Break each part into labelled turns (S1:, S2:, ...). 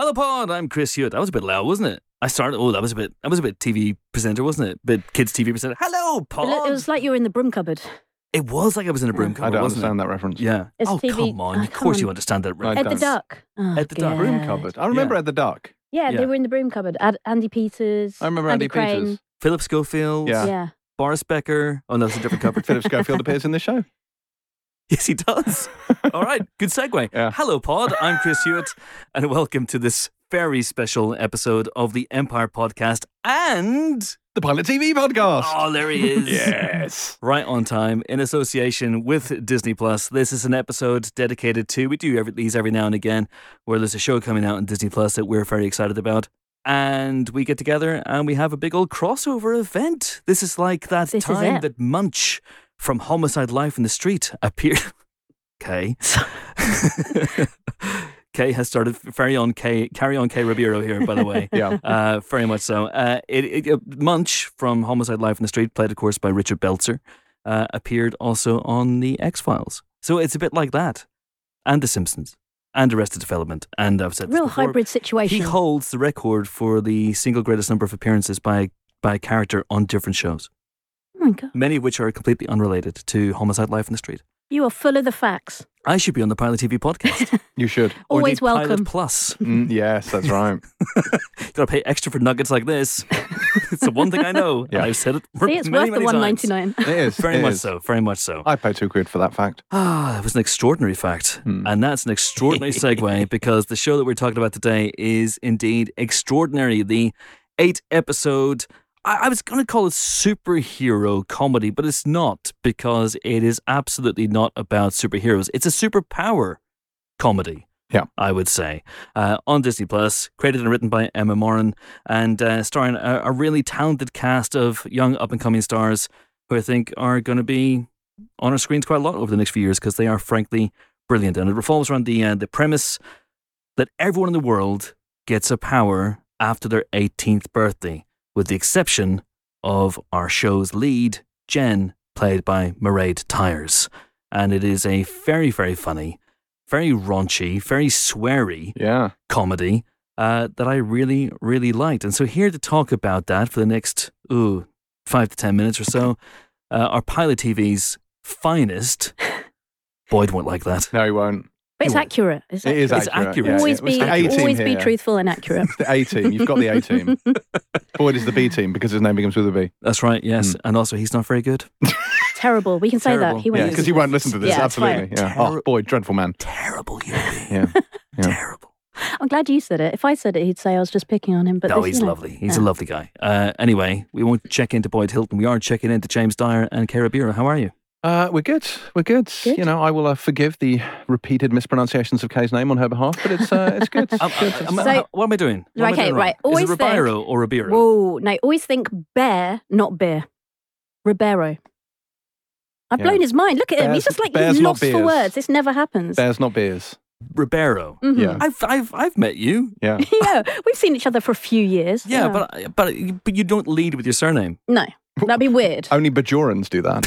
S1: Lollapod. I'm Chris Hewitt. That was a bit loud, wasn't it? I started. Oh, that was a bit. That was a bit TV presenter, wasn't it? Bit kids TV presenter. Hello,
S2: It
S1: pod.
S2: lo- It was like you were in the broom cupboard.
S1: It was like I was in a broom cupboard.
S3: I don't
S1: wasn't
S3: understand that reference.
S1: It? Yeah.
S2: It's Ah,
S1: oh
S2: TV
S1: come on!
S2: I
S1: Of
S2: can't
S1: course you
S2: remember.
S1: understand that.
S3: I
S1: Right?
S2: Ed the
S3: don't.
S2: Duck. Oh,
S1: Ed the Duck.
S3: Room
S2: God.
S3: cupboard. I remember
S1: Yeah.
S3: at the duck.
S2: Yeah,
S1: Yeah.
S2: they were in the broom cupboard. Ad- Andy Peters.
S3: I remember Andy,
S2: Crane.
S3: Peters.
S1: Philip Schofield.
S3: Yeah.
S2: yeah.
S1: Boris Becker. Oh, no, that's a different cupboard.
S3: Philip Schofield appears in this show.
S1: Yes, he does. All right, good segue.
S3: Yeah.
S1: Hello, Pod. I'm Chris Hewitt, and welcome to this very special episode of the Empire Podcast. And
S3: The Pilot TV podcast.
S1: oh, there he is.
S3: yes.
S1: Right on time, in association with Disney Plus. This is an episode dedicated to. We do every, these every now and again, where there's a show coming out on Disney Plus that we're very excited about, and we get together and we have a big old crossover event. This is like that
S2: This is
S1: time
S2: it.
S1: that Munch from Homicide: Life in the Street appeared. Okay. Kay has started very on Kay, carry on Kay Ribeiro here, by the way.
S3: Yeah.
S1: Uh, very much so. Uh, it, it, uh, Munch from Homicide: Life in the Street, played of course by Richard Belzer, uh, appeared also on the X Files. So it's a bit like that, and The Simpsons, and Arrested Development, and I've said this
S2: Real
S1: before,
S2: hybrid
S1: He
S2: situation. Oh
S1: holds the record for the single greatest number of appearances by by a character on different shows,
S2: oh my God.
S1: many of which are completely unrelated to Homicide: Life in the Street.
S2: You are full of the facts.
S1: I should be on the Pilot TV podcast.
S3: You should.
S1: or the
S2: Always
S1: Pilot
S2: welcome.
S1: Plus.
S3: Mm, yes, that's right.
S1: Gotta pay extra for nuggets like this. it's the one thing I know. and
S3: Yeah.
S1: I've said it for
S2: See, it's
S1: many,
S2: worth the
S1: many
S2: one
S1: times.
S2: ninety nine.
S3: It is.
S1: Very
S3: it
S1: much
S3: is.
S1: so. Very much so.
S3: I pay two quid for that fact.
S1: Ah, that was an extraordinary fact.
S3: Hmm.
S1: And that's an extraordinary segue because the show that we're talking about today is indeed extraordinary. The eight episode, I, I was going to call it superhero comedy, but it's not because it is absolutely not about superheroes. It's a superpower comedy.
S3: Yeah.
S1: I would say. Uh, on Disney Plus, created and written by Emma Moran and uh, starring a, a really talented cast of young up and coming stars who I think are going to be on our screens quite a lot over the next few years because they are frankly brilliant. And it revolves around the uh, the premise that everyone in the world gets a power after their 18th birthday, with the exception of our show's lead, Jen, played by Mairead Tyres. And it is a very, very funny, very raunchy, very sweary
S3: Yeah.
S1: comedy uh, that I really, really liked. And so, here to talk about that for the next ooh, five to 10 minutes or so, uh, our Pilot TV's finest. Boyd won't like that.
S3: No, he won't.
S2: But it's
S1: Anyway,
S2: accurate. It's
S3: It is
S2: accurate.
S1: It's
S3: accurate.
S1: accurate.
S3: yeah,
S2: Always
S3: yeah. It's
S2: be
S3: the A team
S2: always be
S3: here.
S2: truthful and accurate.
S3: It's the A team. You've got the A team. Boyd is the B team because his name begins with a B.
S1: That's right, yes.
S2: Mm.
S1: And also, he's not very good.
S2: Terrible. We can say
S1: Terrible.
S2: that. He won't.
S3: Yeah,
S1: listen
S3: because he
S2: to
S3: won't
S2: this.
S3: listen to this.
S2: Yeah, it's fine.
S3: Absolutely. Yeah. Oh,
S1: Terror-
S3: Boyd, dreadful man.
S1: Terrible human being.
S3: Yeah. Yeah.
S1: Terrible.
S2: I'm glad you said it. If I said it, he'd say I was just picking on him. But
S1: no,
S2: this,
S1: he's
S2: you know.
S1: lovely. He's
S2: Yeah.
S1: a lovely guy. Uh, anyway, we won't check into Boyd Hilton. We are checking into James Dyer and Cara Bureau. How are you?
S3: Uh, we're good. We're good.
S2: Good.
S3: You know, I will uh, forgive the repeated mispronunciations of Kay's name on her behalf, but it's uh, it's good. It's
S1: I'm-
S3: good.
S1: I'm-
S2: So-
S1: what am I doing? What am I
S2: Okay,
S1: doing wrong?
S2: right. Always
S1: Is it
S2: think-
S1: Ribeiro or Ribeiro?
S2: Whoa! No, always think bear, not beer. Ribeiro. I've
S3: Yeah.
S2: blown his mind. Look at him.
S3: Bears-
S2: He's just like
S3: bears,
S2: he's
S3: not
S2: lost for
S3: beers.
S2: words. This never happens.
S3: Bears, not beers.
S1: Ribeiro.
S2: Mhm.
S3: Yeah.
S1: I've, I've, I've met you.
S3: Yeah.
S2: yeah, we've seen each other for a few years.
S1: Yeah, but but but you don't lead with your surname.
S2: no, that'd be weird.
S3: Only Bajorans do that.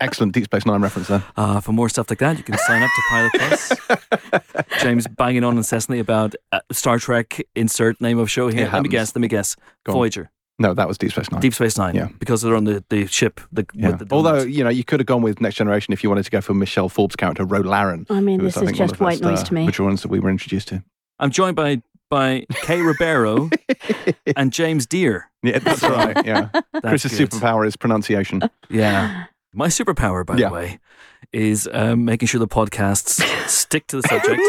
S3: Excellent Deep Space Nine reference there.
S1: Uh, for more stuff like that, you can sign up to Pilot Plus. James banging on incessantly about uh, Star Trek insert name of show here.
S3: It
S1: Let me
S3: happens.
S1: guess. Let me guess.
S3: Go on.
S1: Voyager,
S3: No, that was Deep Space Nine.
S1: Deep Space Nine,
S3: Yeah.
S1: because they're on the, the ship. The,
S3: yeah.
S1: with the
S3: Although,
S1: donuts.
S3: you know, you could have gone with Next Generation if you wanted to go for Michelle Forbes' character, Ro Laren.
S2: I mean,
S3: who was,
S2: Oh, this is
S3: think, one
S2: just
S3: of the
S2: white
S3: first,
S2: noise
S3: uh,
S2: to me.
S3: Bajorans that we were introduced to.
S1: I'm joined by by Kay Ribeiro and James Deere.
S3: Yeah, that's right. Yeah.
S1: That's
S3: Chris's
S1: good.
S3: superpower is pronunciation.
S1: Yeah. My superpower, by
S3: Yeah.
S1: the way, is um, making sure the podcasts stick to the subject.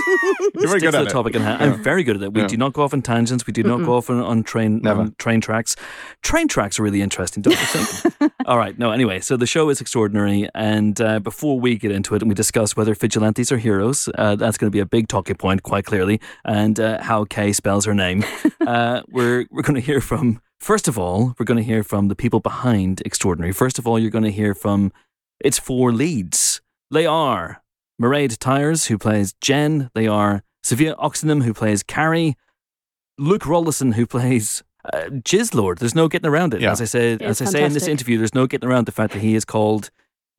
S3: You're very
S1: stick
S3: good
S1: to
S3: at
S1: the
S3: it.
S1: topic and
S3: Yeah.
S1: I'm very good at it. We
S3: Yeah.
S1: do not go off on tangents. We do not go off on, on train
S3: Never.
S1: on train tracks. Train tracks are really interesting, don't you think? All right. No. Anyway, so the show is extraordinary, and uh, before we get into it and we discuss whether vigilantes are heroes, uh, that's going to be a big talking point, quite clearly, and uh, how Kay spells her name. uh, we're we're going to hear from. First of all, we're going to hear from the people behind Extraordinary. First of all, you're going to hear from its four leads. They are Mairead Tyres, who plays Jen. They are Sophia Oxenham, who plays Carrie. Luke Rollison, who plays uh, Jizz Lord. There's no getting around it.
S3: Yeah.
S1: As I said,
S2: Yeah,
S1: as
S2: it's
S1: I say in this
S2: fantastic.
S1: interview, there's no getting around the fact that he is called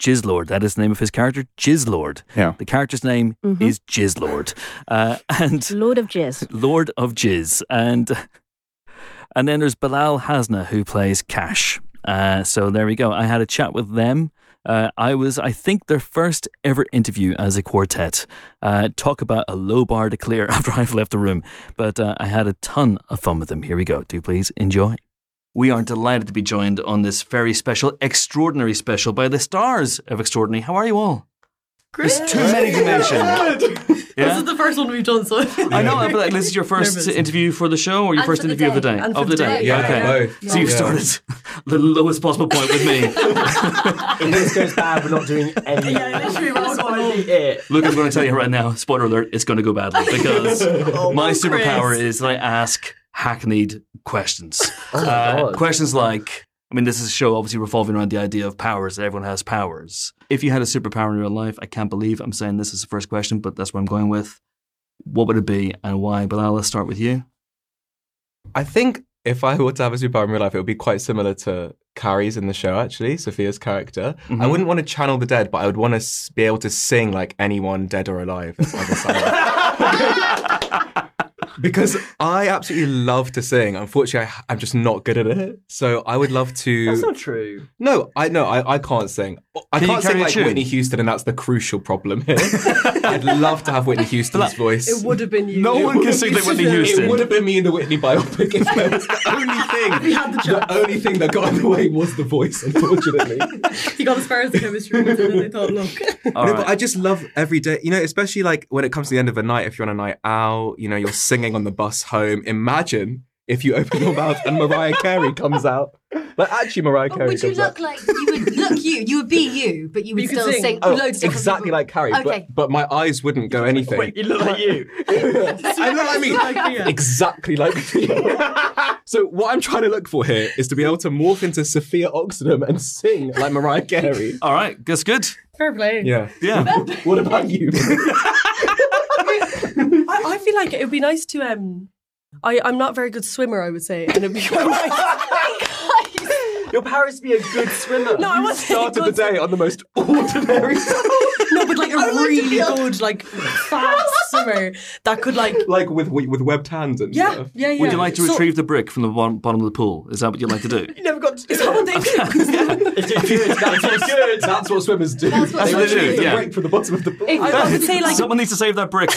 S1: Jizlord. That is the name of his character, Jizlord.
S3: Yeah.
S1: The character's name
S2: Mhm.
S1: is Jizlord. Uh, and
S2: Lord of Jizz.
S1: Lord of Jizz, and and then there's Bilal Hasna who plays Cash. Uh, so there we go. I had a chat with them. Uh, I was, I think, their first ever interview as a quartet. Uh, talk about a low bar to clear after I've left the room, but uh, I had a ton of fun with them. Here we go. Do please enjoy. We are delighted to be joined on this very special, extraordinary special by the stars of Extraordinary. How are you all?
S4: Great.
S1: There's too many to mention.
S4: This is the first one we've done, so
S1: I know, but like, this is your first
S4: Nervous.
S1: interview for the show or your
S4: And
S1: first
S4: for the
S1: interview of the
S4: day.
S1: day?
S4: And
S1: of
S4: for
S1: the
S4: the
S1: day.
S4: day. Yeah,
S1: okay.
S5: both.
S1: So you've
S5: Yeah.
S1: started the lowest possible point with me.
S5: If this goes bad, we're not doing any.
S4: Yeah, literally, we're
S5: That's
S4: not
S5: gonna
S4: doing
S5: be it.
S1: Look, I'm going to tell you right now, spoiler alert, it's going to go badly because Oh, my
S4: Oh, Chris.
S1: superpower is that I ask hackneyed questions. Uh,
S5: Oh God.
S1: questions like, I mean, this is a show obviously revolving around the idea of powers, that everyone has powers. If you had a superpower in your life, I can't believe I'm saying this is the first question, but that's what I'm going with. What would it be and why? But let's start with you.
S6: I think if I were to have a superpower in real life, it would be quite similar to Carrie's in the show, actually, Sophia's character. I
S1: Mhm.
S6: wouldn't want to channel the dead, but I would want to be able to sing like anyone dead or alive. as Adam Sandler. because I absolutely love to sing. Unfortunately, I, I'm just not good at it. So I would love to.
S5: That's not true.
S6: No, I no, I, I can't sing. I
S1: Can you
S6: can't sing
S1: carry a
S6: like
S1: tune?
S6: Whitney Houston, and that's the crucial problem here. I'd love to have Whitney Houston's voice.
S4: it would have been you.
S6: No
S4: It
S6: one
S4: would
S6: can
S4: have
S1: sing
S4: been
S1: like Whitney
S4: you.
S1: Houston.
S6: It would have been me in the Whitney biopic if that was the only thing.
S4: had the
S6: the only thing that got in the way was the voice, unfortunately.
S4: He got as far as the chemistry room, and then they thought, look.
S1: All
S6: no,
S1: right.
S6: but I just love every day. You know, especially like when it comes to the end of the night, if you're on a night out, you know, you're singing on the bus home. Imagine if you open your mouth and Mariah Carey comes out. Like actually, Mariah Carey
S7: Oh, Would you
S6: comes
S7: look
S6: out.
S7: like you would look you? You would be you, but you would
S4: You could
S7: still
S4: sing.
S7: sing,
S6: Oh,
S7: loads of different
S6: exactly
S7: people.
S6: like Carrie,
S7: Okay.
S6: but, but my eyes wouldn't go anything.
S5: Wait, you look like you.
S6: I know what I mean.
S4: Like, yeah.
S6: exactly like Sophia. so what I'm trying to look for here is to be able to morph into Sophia Oxenham and sing like Mariah Carey.
S1: All right, that's good.
S4: Fair play.
S6: Yeah.
S1: Yeah.
S6: What about you?
S4: I, I feel like it would be nice to. um. I, I'm not a very good swimmer, I would say, and it'd be quite nice.
S5: Your power is to be a good swimmer.
S4: no, I
S6: you
S4: wasn't
S6: started the
S4: good
S6: day on the most ordinary,
S4: No, but like a really good, like fast swimmer that could like.
S6: like with with webbed hands and
S4: Yeah,
S6: stuff.
S4: yeah, yeah.
S1: Would you like to
S4: So-
S1: retrieve the brick from the bottom, bottom of the pool? Is that what you'd like to do?
S4: You never got to do that.
S5: It's a good. That's a good.
S6: That's what swimmers do.
S7: That's what
S1: That's what they swimmers do, do.
S6: They
S1: yeah.
S6: break from the bottom of the pool.
S4: I, I would say like
S1: Someone needs to save that brick.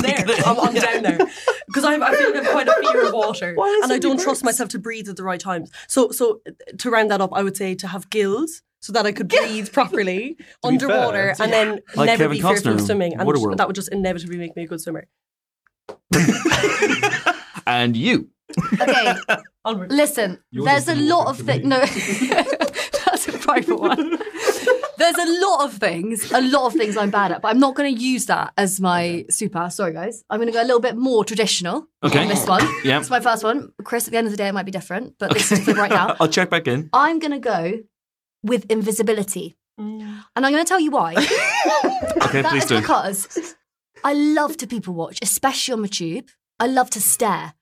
S4: there. I'm, I'm down there because I'm, I feel like I've quite a fear of water, and I don't trust myself to breathe at the right times. So, so uh, to round that up, I would say to have gills so that I could breathe properly underwater, and then
S1: Like
S4: never
S1: Kevin
S4: be fearful
S1: Costner in
S4: of swimming, and
S1: Waterworld.
S4: that would just inevitably make me a good swimmer.
S1: and you.
S7: Okay,
S4: Onward.
S7: listen.
S6: Yours
S7: there's a
S6: is more
S7: lot of
S6: awkward to
S7: things. No, that's a private one. There's a lot of things, a lot of things I'm bad at, but I'm not going to use that as my super. Sorry, guys. I'm going to go a little bit more traditional
S1: Okay.
S7: on this one.
S1: Yeah.
S7: It's my first one. Chris, at the end of the day, it might be different, but this is for right now.
S1: I'll check back in.
S7: I'm going to go with invisibility. And I'm going to tell you why.
S1: Okay,
S7: That
S1: please
S7: is
S1: do.
S7: because I love to people watch, especially on the tube. I love to stare.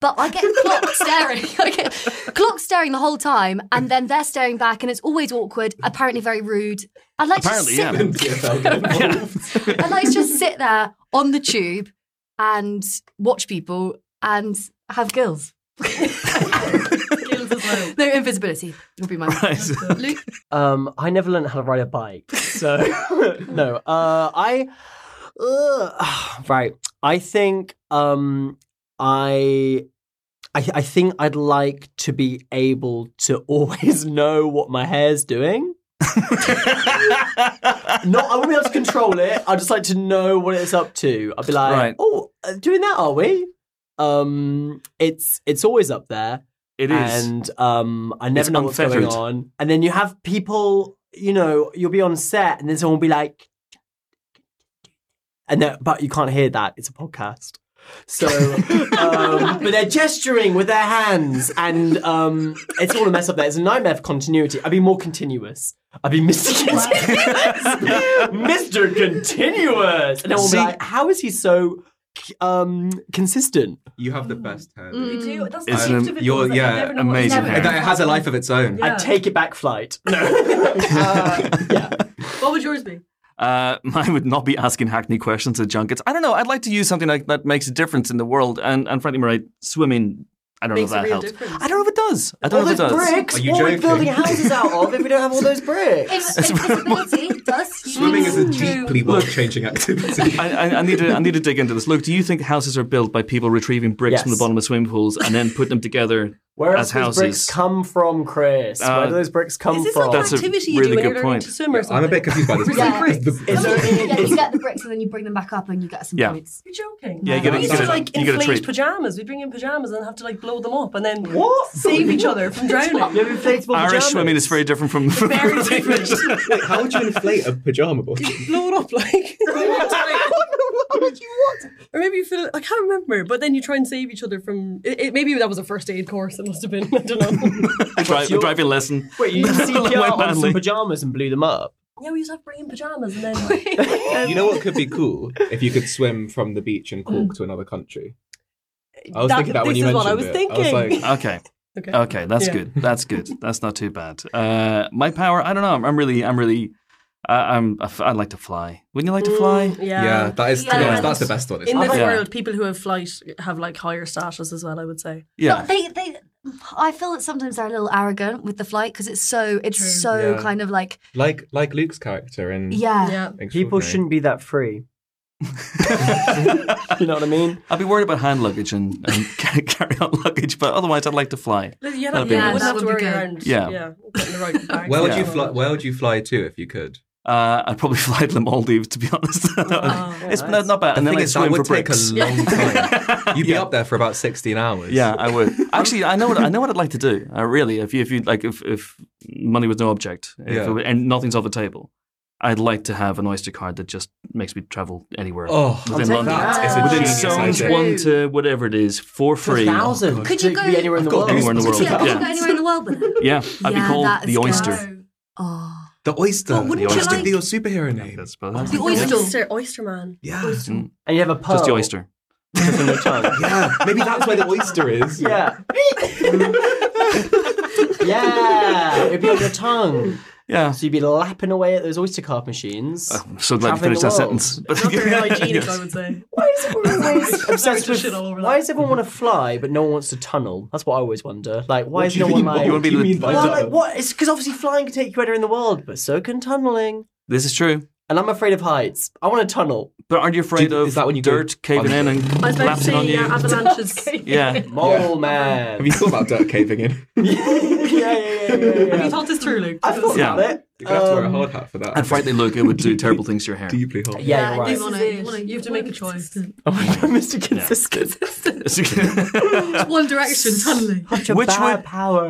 S7: But I get clocked staring. I get clocked staring the whole time, and then they're staring back, and it's always awkward, apparently very rude. I'd like
S1: Apparently,
S7: to sit,
S1: yeah.
S7: I'd like to just sit there on the tube and watch people and have gills.
S4: Gills as well.
S7: No invisibility would be mine.
S1: Right.
S7: Luke,
S5: Um, I never learned how to ride a bike, so no. Uh, I Ugh. right. I think um, I. I, I think I'd like to be able to always know what my hair's doing. No, I wouldn't be able to control it. I'd just like to know what it's up to. I'd be like,
S1: Right.
S5: "Oh, uh, doing that, are we?" Um, it's it's always up there.
S1: It is.
S5: And um, I never
S1: It's
S5: know what's
S1: unfettered.
S5: going on. And then you have people, you know, you'll be on set and then someone will be like, and then, but you can't hear that. It's a podcast. So, um, but they're gesturing with their hands and um, it's all a mess up there. It's a nightmare for continuity. I'd be more continuous. I'd be Mr. Continuous. Mr. Continuous. And then we'll
S1: See-
S5: be like, how is he so um consistent.
S6: You have the best hair.
S2: Mm.
S4: You do. That's
S6: It's
S4: the
S6: an-
S4: gift of it.
S6: you're-
S4: though, is that you
S6: yeah,
S4: never know what it's
S8: amazing
S4: like.
S8: hair.
S6: It has a life of its own.
S4: Yeah.
S5: I take it back, flight. No. Uh, yeah.
S4: What would yours be?
S1: Uh, I would not be asking hackney questions at junkets. I don't know. I'd like to use something like that makes a difference in the world. And and frankly, Murray, swimming. I don't
S4: Makes
S1: know if
S4: a
S1: that
S4: real
S1: helps.
S4: difference.
S1: I don't know if it does. I don't
S5: all
S1: know
S5: those
S1: if it does.
S5: bricks.
S6: Are you
S5: what are we
S6: joking?
S5: building houses out of if we don't have all those bricks?
S7: If, if visibility does you
S6: Swimming is a
S7: do-
S6: deeply world-changing activity.
S1: I, I, I need to I need to dig into this. Look, do you think houses are built by people retrieving bricks from the
S5: Yes.
S1: bottom of swimming pools and then putting them together?
S5: Where
S1: as
S5: else do those bricks
S1: houses.
S5: come from, Chris?
S1: Uh,
S5: Where do those bricks come
S4: Is this
S5: from?
S4: like
S1: That's a
S4: an activity you
S1: really
S4: do when
S1: good
S4: you're learning
S1: point.
S4: to swim or something?
S6: I'm a bit confused by this.
S7: Yeah.
S6: It's the-
S5: It's
S6: the-
S5: only-
S7: yeah, you
S5: it's-
S7: get the bricks and then you bring them back up and you get some
S1: Yeah.
S7: points.
S4: You're joking.
S1: Yeah, you get
S4: we
S1: a-
S4: used
S1: you
S4: to
S1: get a-
S4: like
S1: you get a
S4: inflate
S1: treat.
S4: pajamas. We'd bring in pajamas and have to like blow them up and then
S5: What?
S4: save each other from drowning.
S5: You have inflatable
S1: Irish
S5: pajamas.
S1: swimming is very different from. from
S4: Very different.
S6: Wait, how would you inflate a pajama ball?
S4: blow it up like.
S5: Why would you want
S4: or maybe you feel I can't remember, but then you try and save each other from. It, it, maybe that was a first aid course. It must have been. I don't know.
S1: drive,
S5: your-
S1: drive your lesson.
S5: Wait, you just
S1: Went
S5: CPR on
S1: badly.
S5: some pajamas and blew them up.
S4: yeah, we used to have bring in pajamas and then.
S6: You know what could be cool if you could swim from the beach in Cork to another country. I was thinking that when
S4: this
S6: you
S4: is
S6: mentioned
S4: what I was
S6: it.
S4: thinking.
S6: I was like,
S1: Okay,
S4: okay.
S1: okay, that's
S4: Yeah.
S1: good. That's good. That's not too bad. Uh, my power, I don't know. I'm, I'm really, I'm really, uh, I'm. I'd like to fly. Wouldn't you like to fly?
S4: Mm, yeah.
S6: yeah, that is. to be
S7: Yeah.
S6: honest, That's the best one. isn't
S4: In
S6: it?
S4: this
S1: Yeah.
S4: world, people who have flight have like higher status as well. I would say.
S1: Yeah.
S7: But they, they, I feel that sometimes they're a little arrogant with the flight because it's so, it's
S4: True.
S7: so
S6: Yeah.
S7: kind of like,
S6: like like Luke's character in.
S7: yeah.
S4: Yeah.
S5: People
S6: Extraordinary.
S5: shouldn't be that free. You know what I mean?
S1: I'd be worried about hand luggage and, and carry on luggage, but otherwise, I'd like to fly.
S4: Yeah,
S1: That'd
S4: that,
S1: be
S4: yeah,
S1: nice.
S4: you wouldn't
S7: That
S4: have to
S7: would be
S4: worry
S7: good.
S4: around.
S1: Yeah.
S4: getting the right bag.
S6: Where would you
S1: Yeah.
S6: fly? Where would you fly to if you could?
S1: Uh, I'd probably fly to the Maldives, to be honest. it's
S5: nice.
S1: not, not bad. and then
S6: thing
S1: I'd
S6: is,
S1: swim
S6: that would
S1: for
S6: take a
S1: bricks.
S6: long time. You'd be up there for about sixteen hours.
S1: Yeah, I would. Actually, I know what I know what I'd like to do. Uh, really, if you if you like if if money was no object, if
S6: Yeah.
S1: it were- and nothing's off the table, I'd like to have an Oyster card that just makes me travel anywhere
S6: Oh,
S1: within
S5: take
S1: London,
S5: that. It's a
S1: within
S6: genius
S1: zones
S6: idea.
S1: one to whatever it is for free.
S5: thousand.
S7: Could you go-
S5: be anywhere in the
S6: I've got
S5: world?
S1: anywhere in the world.
S7: Yeah,
S1: Yeah.
S7: you go anywhere in the world with it.
S1: Yeah, I'd be
S7: Yeah,
S1: called
S7: that
S1: the
S7: is
S1: Oyster.
S7: good. Oh,
S6: the oyster.
S4: Well, wouldn't
S1: you
S6: Just
S1: like-
S6: be your superhero name?
S1: That's about it.
S7: The oyster.
S4: oyster, oyster man.
S6: Yeah.
S5: And you have a pearl.
S1: Just the oyster.
S5: in your tongue.
S6: Yeah, maybe that's where the oyster is.
S5: Yeah. yeah. It'd be on your tongue.
S1: Yeah.
S5: So you'd be lapping away at those oyster card machines.
S1: I'm Uh, so glad you
S5: Traveling
S1: finished
S5: the
S1: that
S5: world.
S1: sentence.
S4: Not very hygienic, I would say.
S5: Why is everyone always
S4: Sorry
S5: obsessed
S4: to
S5: with?
S4: shit all over
S5: Why
S4: that.
S5: does everyone want to fly but no one wants to tunnel? That's what I always wonder. Like, why
S6: What
S5: is
S6: do you
S5: no one
S6: mean-
S5: like?
S1: you wanna be
S6: do
S1: the-
S6: mean by
S5: Well,
S6: that?
S5: like what? It's because obviously flying can take you anywhere in the world, but so can tunneling.
S1: This is true.
S5: And I'm afraid of heights. I want to tunnel.
S1: But aren't you afraid
S6: Do you-
S1: of
S6: is that when you go
S1: dirt caving in and
S4: I was about to
S1: collapsing on
S4: say,
S1: you?
S4: yeah, avalanches.
S1: yeah.
S5: Mole
S6: Have
S5: man.
S6: you thought about dirt caving in?
S5: yeah, yeah, yeah, yeah,
S4: Have you
S5: yeah.
S4: thought this through, Luke?
S5: I thought
S1: Yeah.
S5: about it.
S6: You're gonna have to wear a
S5: Um,
S6: hard hat for that.
S1: And frankly, look, it would do terrible things to your hair.
S6: deeply hard.
S5: Yeah, you're
S4: This
S5: right.
S4: is
S7: wanna-
S4: it.
S7: you wanna-
S4: You have to
S7: you
S4: make a
S7: wanna
S4: choice.
S5: Oh my God, Mr. Consistent.
S4: One direction, tunneling.
S5: Such a
S1: Which
S5: bad
S1: would-
S5: power.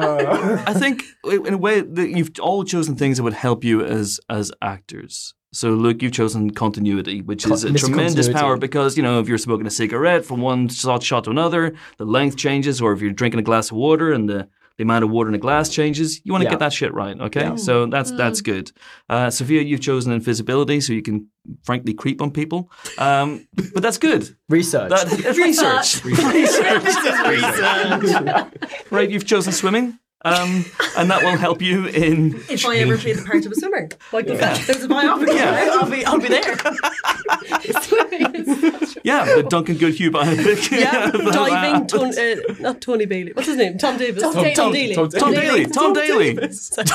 S1: I think, in a way, that you've all chosen things that would help you as as actors. So, Luke, you've chosen continuity, which is a
S5: Con-
S1: tremendous
S5: miscontinuity.
S1: power because you know if you're smoking a cigarette from one shot shot to another, the length changes, or if you're drinking a glass of water and the the amount of water in a glass changes. You want to
S5: Yeah.
S1: get that shit right, okay? So that's that's good. Uh, Sophia, you've chosen invisibility, so you can frankly creep on people, um, but that's good.
S5: Research.
S1: That, research.
S6: Research.
S1: Right, you've chosen swimming, um, and that will help you in.
S4: If I ever played the part of a swimmer, like if there's a biography,
S1: Yeah.
S4: I'll be, I'll be there.
S1: Yeah, the Duncan Goodhue biopic.
S4: yeah,
S1: But, uh,
S4: diving. Ton, uh, not Tony Bailey. What's his name? Tom Davis. Tom, Daly.
S1: Oh, Tom-
S4: Daly.
S1: Tom Daly. Tom Daly.
S4: That's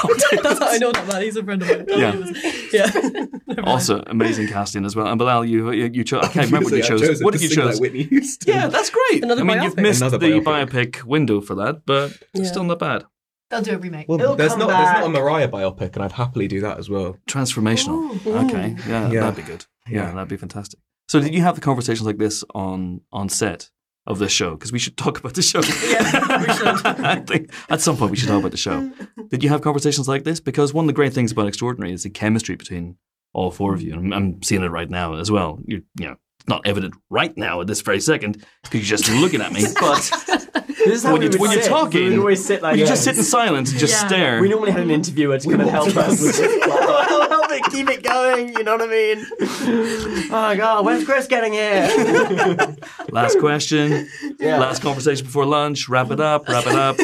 S4: how I know that man. He's a friend of mine. Tom
S1: Yeah.
S4: Davis. Yeah.
S1: Also, amazing casting as well. And Bilal, you you, you chose. I can't remember what you chose. What did you choose?
S6: Whitney Houston.
S1: yeah, that's great.
S4: Another
S1: I mean,
S4: biopic.
S1: you've missed
S6: Another
S1: the
S6: biopic.
S1: biopic. window for that, but
S4: Yeah.
S1: still not bad.
S7: they'll do a remake.
S5: It'll
S6: there's
S5: come
S6: not there's not a
S5: back.
S6: Mariah biopic, and I'd happily do that as well.
S1: Transformational. Okay, yeah,
S6: Yeah.
S1: that'd be good. Yeah,
S6: Yeah.
S1: that'd be fantastic. So, did you have conversations like this on on set? Of the show, because we should talk about the show.
S4: Yeah, we should.
S1: I think at some point we should talk about the show. Did you have conversations like this? Because one of the great things about Extraordinary is the chemistry between all four of you. And I'm, I'm seeing it right now as well. You're, you know, it's not evident right now at this very second because you're just looking at me. But
S5: This is how
S1: when
S5: we
S1: you-
S5: would
S1: when you're
S5: sit.
S1: talking,
S5: we would always sit like
S1: you just
S5: this.
S1: sit in silence and just
S4: Yeah.
S1: stare.
S5: We normally had an interviewer to kind of help us. with this. Help it, keep it going. You know what I mean? Oh my god, when's Chris getting here?
S9: Last question.
S5: Yeah.
S9: Last conversation before lunch. Wrap it up. Wrap it up.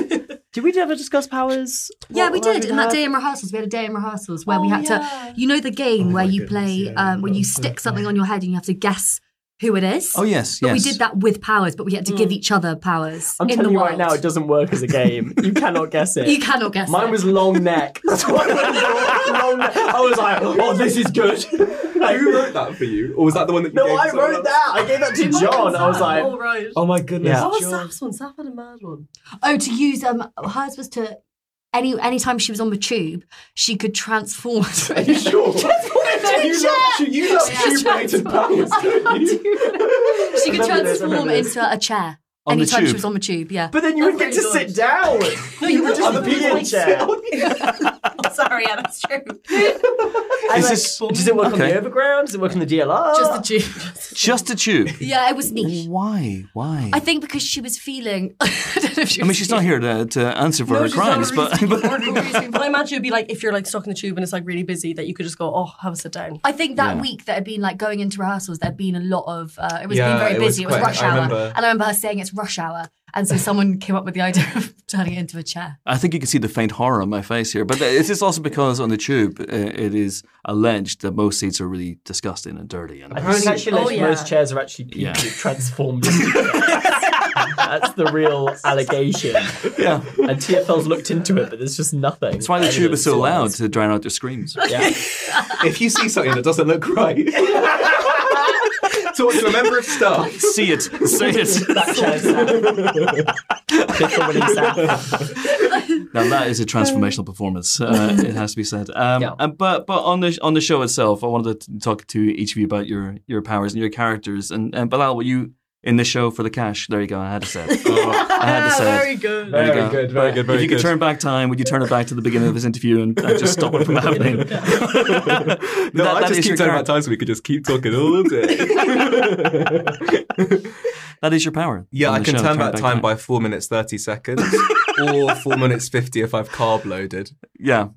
S5: Did we ever discuss powers?
S7: Yeah,
S5: What-
S7: we
S5: what
S7: did.
S5: we
S7: And that
S5: had?
S7: day in rehearsals, we had a day in rehearsals where we
S4: Oh,
S7: had to, you
S5: Oh
S7: know, the game where you play, um, where you stick something on your head and you have to guess who it is.
S1: Oh yes,
S7: But
S1: yes.
S7: we did that with powers, but we had to
S4: Mm.
S7: give each other powers
S5: I'm
S7: in
S5: telling
S7: the
S5: you
S7: world.
S5: right now, it doesn't work as a game. You cannot guess it.
S7: you cannot guess.
S5: Mine
S7: it.
S5: was long neck. That's why I went long, long neck. I was like, oh, this is good. Like,
S6: Who wrote that for you? Or was that the one that you
S5: no,
S6: gave to
S5: I
S6: someone
S5: wrote
S6: else?
S5: that. I gave that to John. I was like,
S4: all right.
S1: Oh my goodness.
S5: Yeah.
S4: What was Saf's one? Saf had a mad one.
S7: Oh, to use um, hers was to any anytime she was on the tube, she could transform.
S5: are you sure? you love, you love
S7: Yeah.
S5: two-braided powers, don't you?
S7: she could
S5: Remember this,
S7: transform
S5: remember this.
S7: into a chair
S1: On the
S7: anytime she
S1: tube.
S7: was on the tube. Yeah.
S5: But then you would get to sit down.
S4: No, you were
S5: would just be in chair.
S7: Sorry, yeah, that's true.
S5: And, like,
S1: this-
S5: does it work on
S1: okay.
S5: the overground? Does it work on the DLR?
S4: Ah.
S7: Just the tube.
S1: Just a tube.
S7: yeah, it was niche.
S1: Why? Why?
S7: I think because she was feeling. I don't know if she
S1: I mean,
S7: was
S1: she's not here to, to answer for
S4: No,
S1: her
S4: she's not
S1: crimes, but,
S4: reasoning.
S1: but
S4: but I imagine it'd be like if you're like stuck in the tube and it's like really busy that you could just go, oh, have a sit down.
S7: I think that week that had been like going into rehearsals, there'd been a lot of uh, it was
S6: Yeah,
S7: being very
S6: it was
S7: busy. It was
S6: quite-
S7: rush
S6: I
S7: hour,
S6: remember.
S7: and I remember her saying it's rush hour, and so someone came up with the idea of turning it into a chair.
S1: I think you can see the faint horror on my face here. But it is also because on the tube, uh, it is alleged that most seats are really disgusting and dirty. And
S5: I think it's actually
S4: Oh,
S5: like
S4: yeah.
S5: most chairs are actually people
S1: Yeah.
S5: who transformed. into chairs. That's the real allegation.
S1: yeah,
S5: And TFL's looked into it, but there's just nothing.
S1: that's why the tube is so loud to drown out their screams.
S5: Yeah.
S6: If you see something that doesn't look right, talk to a member of staff.
S1: see it, say it.
S5: That chair's sad. Fifth for winning sad.
S1: Now that
S4: Um,
S1: is a transformational performance. Uh, it has to be said. Um,
S5: Yeah.
S1: and- but but on the on the show itself, I wanted to talk to each of you about your your powers and your characters. And, and Bilal, were you in the show for the cash? There you go. I had to say. It. I had to say. it.
S4: good.
S1: There you
S6: Very
S1: go.
S6: good, very good, very
S1: If you could
S6: good.
S1: turn back time, would you turn it back to the beginning of this interview and, and just stop it from happening? no,
S6: No, I just keep talking about time so we could just keep talking all day.
S1: That is your power.
S6: yeah,
S1: on
S6: I
S1: the
S6: can
S1: show,
S6: turn back time by four minutes thirty seconds, or four minutes fifty if I've carb loaded.
S1: Yeah.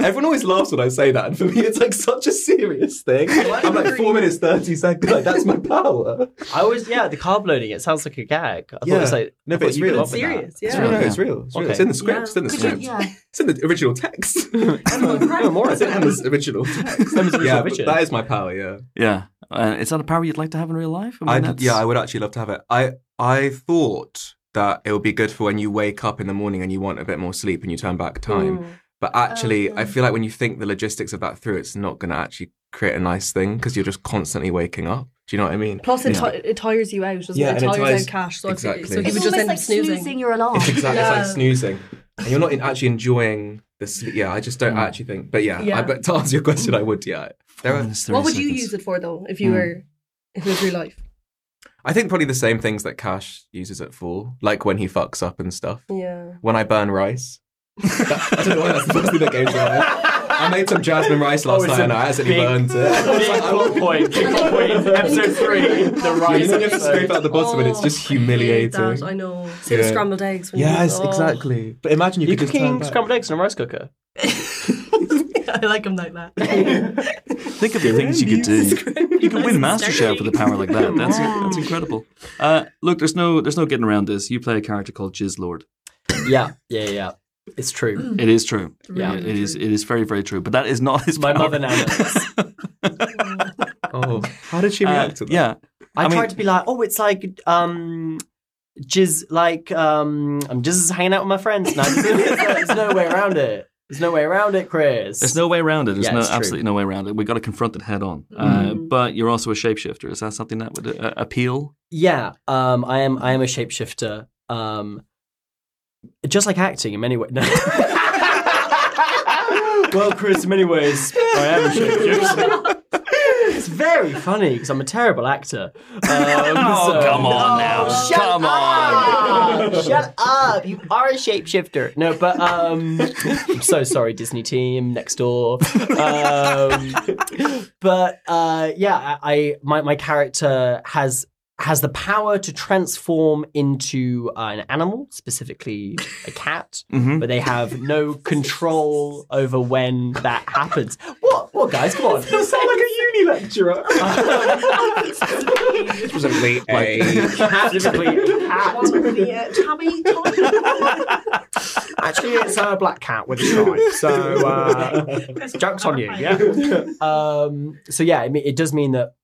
S6: Everyone always laughs when I say that, and for me, it's like such a serious thing. I'm like four minutes thirty seconds. Like that's my power.
S5: I always, yeah, the carb loading, it sounds like a gag. I thought it was like,
S6: no,
S5: I
S6: but
S5: thought
S6: it's
S5: you could
S6: real.
S5: up with that.
S4: serious, yeah.
S6: It's real. No,
S1: Yeah.
S6: it's real. It's, real.
S5: Okay.
S6: it's in the script. It's in the
S7: Could you-
S6: script.
S7: yeah.
S6: It's in the original text.
S5: Emma
S6: It's in
S5: Morrison.
S6: Emma's original text.
S5: Emma's original
S6: yeah, but
S5: picture.
S6: that is my power. Yeah.
S1: Yeah. Uh, is that a power you'd like to have in real life? I mean,
S6: I
S1: that's-
S6: yeah, I would actually love to have it. I I thought that it would be good for when you wake up in the morning and you want a bit more sleep and you turn back time. But actually, I feel like when you think the logistics of that through, it's not going to actually create a nice thing because you're just constantly waking up. Do you know what I mean?
S4: Plus, it,
S6: Yeah.
S4: ti- it tires you out. Doesn't
S6: Yeah,
S4: it? it
S6: and it
S4: tires,
S6: tires-
S4: out cash. So
S6: exactly.
S4: exactly. So you
S7: It's
S4: would just
S7: almost
S4: end
S7: like
S4: up
S7: snoozing,
S4: snoozing.
S7: your alarm.
S6: It's exactly it's
S4: Yeah.
S6: like snoozing, and you're not in- actually enjoying the sleep. Yeah, I just don't actually think. But yeah, I,
S4: Yeah.
S6: but to answer your question, I would. Yeah, there are.
S1: Minus 30
S4: What would you
S1: seconds.
S4: use it for though, if you
S6: Hmm.
S1: Mm.
S4: were if it was your life?
S6: I think probably the same things that Cash uses it for, like when he fucks up and stuff.
S4: Yeah.
S6: when I burn rice. I don't know why that's the first thing that came to my head. I made some jasmine rice
S5: Oh,
S6: last
S5: it's
S6: night
S5: a
S6: and I accidentally
S5: big-
S6: burned it. I was
S5: Big
S6: like, I
S5: plot
S6: want-
S5: point, big plot point. Episode three, the
S6: You
S5: rise
S6: know,
S5: of
S6: you have to scrape out the bottom and it's just
S5: Oh,
S6: humiliating.
S4: I know. Same
S6: Yeah.
S4: with scrambled eggs. When
S6: Yes,
S4: you, oh.
S6: exactly. But imagine you,
S5: You're
S6: could just turn
S5: cooking
S6: back.
S5: scrambled eggs in a rice cooker.
S4: I like them like that.
S1: Think of the things you could do. You could win MasterChef
S4: staring.
S1: with a power like that. That's, that's incredible. Uh, look, there's no there's no getting around this. You play a character called Jizz Lord.
S5: Yeah, yeah, yeah. It's true.
S1: It is true.
S5: Yeah.
S1: it is. It is very very true. But that is not his
S5: My
S1: power. Uh,
S5: mother now knows.
S6: Oh, how did she react to
S1: Uh,
S6: that?
S1: yeah.
S5: I,
S1: I mean-
S5: tried to be like, oh, it's like um, jizz, like um, I'm just hanging out with my friends now. There's no way around it. There's no way around it, Chris.
S1: There's no way around it. There's
S5: Yeah,
S1: no
S5: it's true. Mm-hmm.
S1: absolutely no way around it. We've got to confront it head on. Uh,
S4: Mm.
S1: but you're also a shapeshifter. Is that something that would uh, appeal?
S5: Yeah, um, I am. I am a shapeshifter. Um, just like acting in many ways. No. well, Chris, in many ways, I am a shapeshifter. it's very funny because I'm a terrible actor. Um,
S1: Oh,
S5: so-
S1: come on now.
S5: shut
S1: Come on.
S5: up. Shut up. You are a shapeshifter. No, but um, I'm so sorry, Disney team next door. Um, but uh, yeah, I, I my my character has has the power to transform into uh, an animal, specifically a cat,
S1: Mhm.
S5: but they have no control over when that happens. What? What, guys? Come on. You sound like a uni lecturer.
S6: Presumably a
S5: Specifically,
S4: One
S5: cat.
S4: with the uh, tabby top.
S5: Actually, it's a black cat with a stripe. So, uh, jokes on you. Yeah. um, so yeah, I mean, it does mean that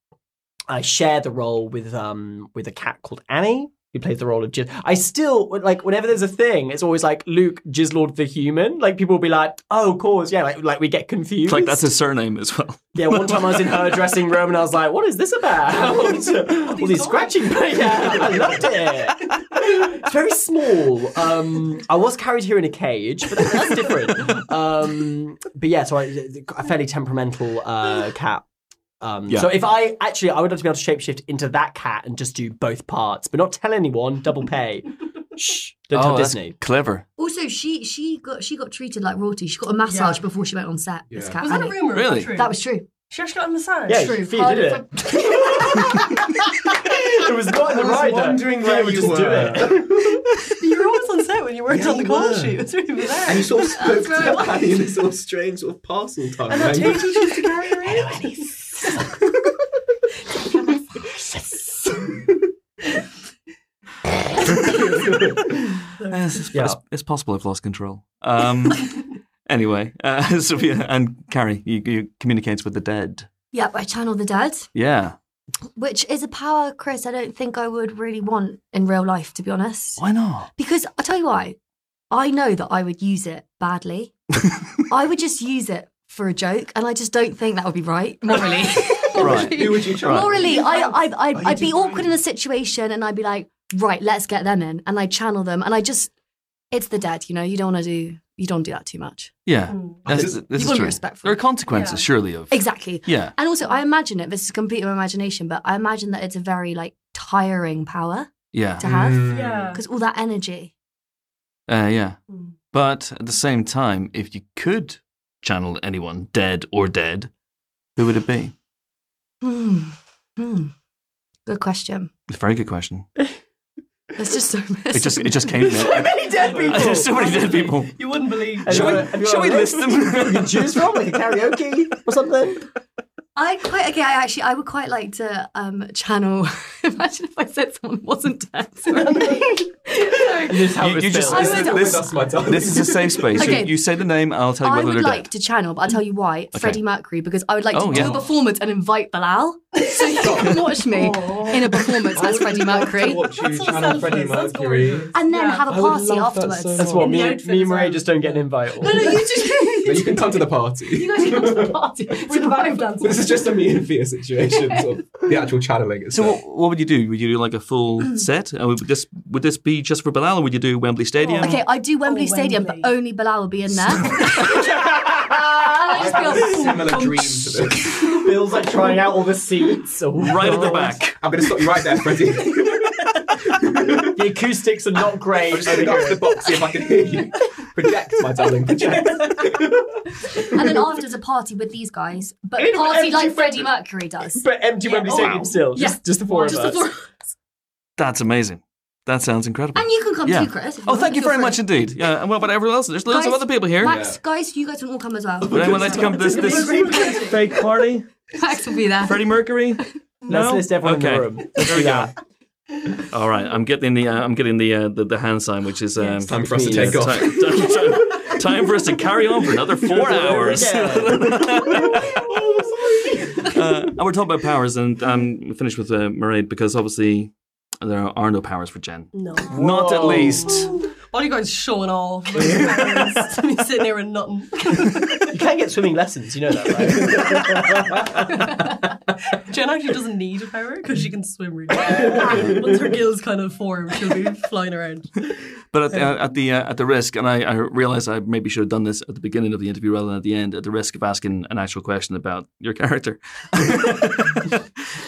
S5: I share the role with um with a cat called Annie. Who plays the role of Giz? I still like whenever there's a thing, it's always like Luke Gizlord the human. Like people will be like, "Oh, of course, yeah." Like, like we get confused.
S1: It's like that's his surname as well.
S5: Yeah, one time I was in her dressing room and I was like, what is this about? All these scratching paper. Yeah, I loved it. It's very small. Um, I was carried here in a cage, but that's different. Um, but yeah, so I, a fairly temperamental uh, cat. Um,
S1: Yeah.
S5: So if I actually, I would love to be able to shapeshift into that cat and just do both parts, but not tell anyone. Double pay. Shh. Don't tell Disney.
S1: Oh, clever.
S7: Also, she she got she got treated like royalty. She got a massage before she went on set. This
S6: Yeah.
S7: cat
S4: Was that a
S7: Annie.
S4: rumor?
S1: Really?
S7: That was true.
S4: She actually got a massage.
S5: Yeah, true. Fee did it. it was not in the
S6: was
S5: rider.
S6: wondering
S5: Fee
S6: where
S5: would
S6: you
S5: just do
S6: were.
S5: it.
S4: You were always on set when you worked
S6: Yeah,
S4: on the
S6: you
S4: call
S6: were.
S4: sheet. It's really bizarre.
S6: and you sort of spoke
S4: That's right.
S6: to Annie in this sort of strange sort of parcel tongue.
S4: And that tape
S6: language.
S4: she used to carry around.
S1: Yeah, it's, it's-
S5: Yeah.
S1: it's- it's possible I've lost control. Um, anyway, uh, Sophia and Carrie, you, you communicates with the dead.
S7: Yep, I channel the dead,
S1: Yeah.
S7: which is a power, Chris. I don't think I would really want in real life, to be honest.
S1: Why not?
S7: Because I'll tell you why. I know that I would use it badly. I would just use it for a joke, and I just don't think that would be right morally.
S1: Right.
S6: Who would you try?
S7: morally, I, I, I,
S6: Oh, you
S7: I'd be
S6: do
S7: awkward
S6: right.
S7: in a situation, and I'd be like, right, let's get them in, and I channel them, and I just, it's the dead, you know. You don't want to do, you don't do that too much.
S1: Yeah. That's-
S6: Just-
S1: this is
S7: you want to
S1: true.
S7: be respectful.
S1: There are consequences, surely, of.
S7: Exactly.
S1: Yeah.
S7: And also, I imagine it. This is completely my imagination, but I imagine that it's a very like tiring power
S1: Yeah.
S7: to have
S6: Mm.
S4: Yeah.
S7: because all that energy.
S1: Uh, yeah.
S4: Mm.
S1: But at the same time, if you could channel anyone dead or dead, who would it be?
S7: Hmm. Hmm. Good question.
S1: It's a very good question.
S7: That's just so.
S1: It just it just came.
S5: so many dead people.
S1: There's so many dead people.
S4: You wouldn't believe.
S5: And
S1: Shall
S5: you
S1: we-
S5: wanna- and you
S1: shall
S5: wanna
S1: we list them?
S5: You can choose from like a karaoke or something.
S7: I quite okay. I actually, I would quite like to um channel. imagine if I said someone wasn't dead. Sorry.
S1: You, you just
S7: I
S1: this,
S7: would-
S1: this- this is a safe space. You-
S7: Okay.
S1: You, say the name, I'll tell you
S7: I
S1: whether
S7: would
S1: they're
S7: like
S1: dead.
S7: to channel, but I'll tell you why. Freddie Mercury, because I would like to
S1: Oh,
S7: do
S1: yeah.
S7: a performance and invite Bilal. So you can watch me in a performance as Freddie Mercury.
S6: Watch you
S4: so
S6: channel Freddie
S4: selfless, that's
S6: Mercury.
S4: gorgeous.
S7: And then
S4: Yeah.
S7: have a
S5: I would
S7: party
S5: love that
S7: afterwards.
S5: so That's what
S4: In the
S5: me,
S4: outfit
S5: me
S4: as
S5: and Maria
S4: well.
S5: just don't get an invite.
S7: No, no, you just.
S6: No, you can come to the party.
S7: You guys can go to the party. It's a vibe dance.
S6: This is just a me and Thea situation of the actual channeling
S1: So
S6: itself.
S1: what, what would you do? Would you do like a
S7: Mm.
S1: full set? And would this would this be just for Bilal, or would you do Wembley Stadium?
S7: Okay, I do Wembley
S4: Oh,
S7: Stadium, but
S4: Wembley.
S7: only Bilal will be in there. and I
S6: I've
S7: just
S6: had a
S7: feel,
S6: similar dream to this.
S5: Bill's like trying out all the seats. Oh,
S1: Right at the
S5: God.
S1: back.
S6: I'm going to stop you right there, Freddie.
S5: The acoustics are not great.
S6: I'm just going to go up to the box, see if I can hear you. Project, my darling, project.
S7: and then afterwards a party with these guys, but
S5: In an
S7: party
S5: empty
S7: like
S5: bedroom.
S7: Freddie Mercury does.
S5: but empty Wembley
S7: Oh,
S5: Stadium
S7: wow.
S5: still.
S7: Yeah.
S5: Just, just the four
S7: Just
S5: of
S7: the
S5: us.
S7: four-
S1: That's amazing. That sounds incredible.
S7: And you can come
S1: Yeah.
S7: too, Chris. if
S1: Oh,
S7: want.
S1: thank you
S7: Feel
S1: very
S7: free.
S1: much indeed. Yeah, and what about everyone else? There's loads of
S7: Guys,
S1: other people here.
S7: Max,
S6: Yeah.
S7: guys, you guys can all come as well.
S1: Would anyone like to come to this this fake party?
S7: Max will be there.
S1: Freddie Mercury?
S5: Let's
S1: No?
S5: list everyone in
S1: Okay.
S5: the room.
S1: There we go. All right, I'm getting the uh, I'm getting the, uh, the the hand sign, which is um,
S6: Time for us to
S5: Between
S6: take
S1: Ti-
S6: off.
S1: ti- ti- time for us to carry on for another four
S6: Oh,
S1: hours.
S5: Yeah.
S1: uh, and we're talking about powers, and um, we finished with uh, Mairead because obviously there are no powers for Jen.
S4: No.
S1: Not at
S5: Whoa.
S1: least.
S4: All you guys showing off. Me sitting there and nothing.
S5: you can't get swimming lessons, you know that, right?
S4: Jen actually doesn't need a power because she can swim really well. Once her gills kind of form, she'll be flying around.
S1: But at the, uh, at the uh, at the risk, and I, I realize I maybe should have done this at the beginning of the interview rather than at the end, at the risk of asking an actual question about your character.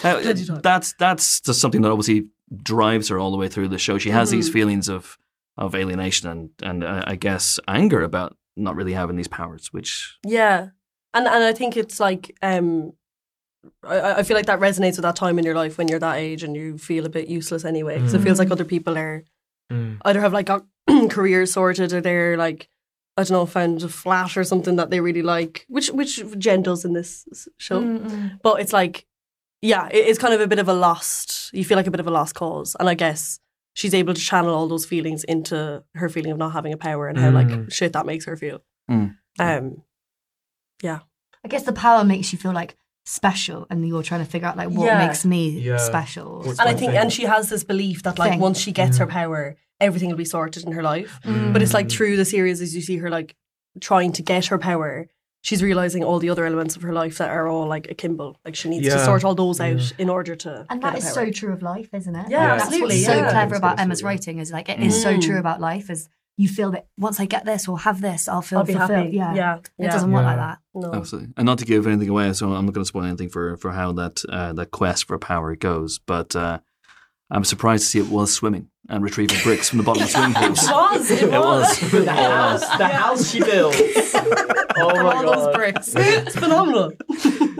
S1: Uh,
S4: you don't.
S1: that's that's just something that obviously drives her all the way through the show. She has these feelings of of alienation and and uh, I guess anger about not really having these powers, which
S4: Yeah. And and I think it's like um I- I, I feel like that resonates with that time in your life when you're that age and you feel a bit useless anyway. Because it feels like other people are either have like got careers sorted or they're like I don't know found a flat or something that they really like, which which Jen does in this s- show.
S7: Mm.
S4: But it's like, yeah, it, it's kind of a bit of a lost. You feel like a bit of a lost cause, and I guess she's able to channel all those feelings into her feeling of not having a power and how like shit that makes her feel.
S10: Mm.
S4: Um,
S7: I guess the power makes you feel like special, and you're trying to figure out like what
S4: Yeah.
S7: makes me
S5: Yeah.
S7: special.
S5: What's
S4: and I
S5: my
S4: think,
S5: thing.
S4: and she has this belief that like
S7: Thing.
S4: once she gets her power, everything will be sorted in her life.
S7: Mm.
S4: But it's like through the series, as you see her like trying to get her power, she's realizing all the other elements of her life that are all like akimbo. Like she needs to
S5: Yeah.
S4: sort all those out in order to. get
S7: And that
S4: a
S7: is
S4: power.
S7: so true of life, isn't it?
S4: Yeah,
S7: That's
S4: absolutely,
S7: what's so
S4: yeah.
S7: clever about
S5: Absolutely.
S7: Emma's writing is like it is so
S4: Mm.
S7: true about life is you feel that once I get this or have this, I'll feel
S4: I'll be
S7: fulfilled.
S4: happy.
S7: Yeah.
S4: yeah,
S7: It
S4: yeah.
S7: doesn't work like
S5: Yeah.
S7: that.
S4: No.
S1: Absolutely, and not to give anything away, so I'm not going to spoil anything for for how that uh, that quest for power goes. But uh, I'm surprised to see it was swimming and retrieving bricks from the bottom of swimming pools.
S4: It was. It
S1: It
S4: was.
S1: was.
S5: The house, the house she builds. oh
S4: From
S5: my
S4: all those
S5: god.
S4: bricks. it's phenomenal.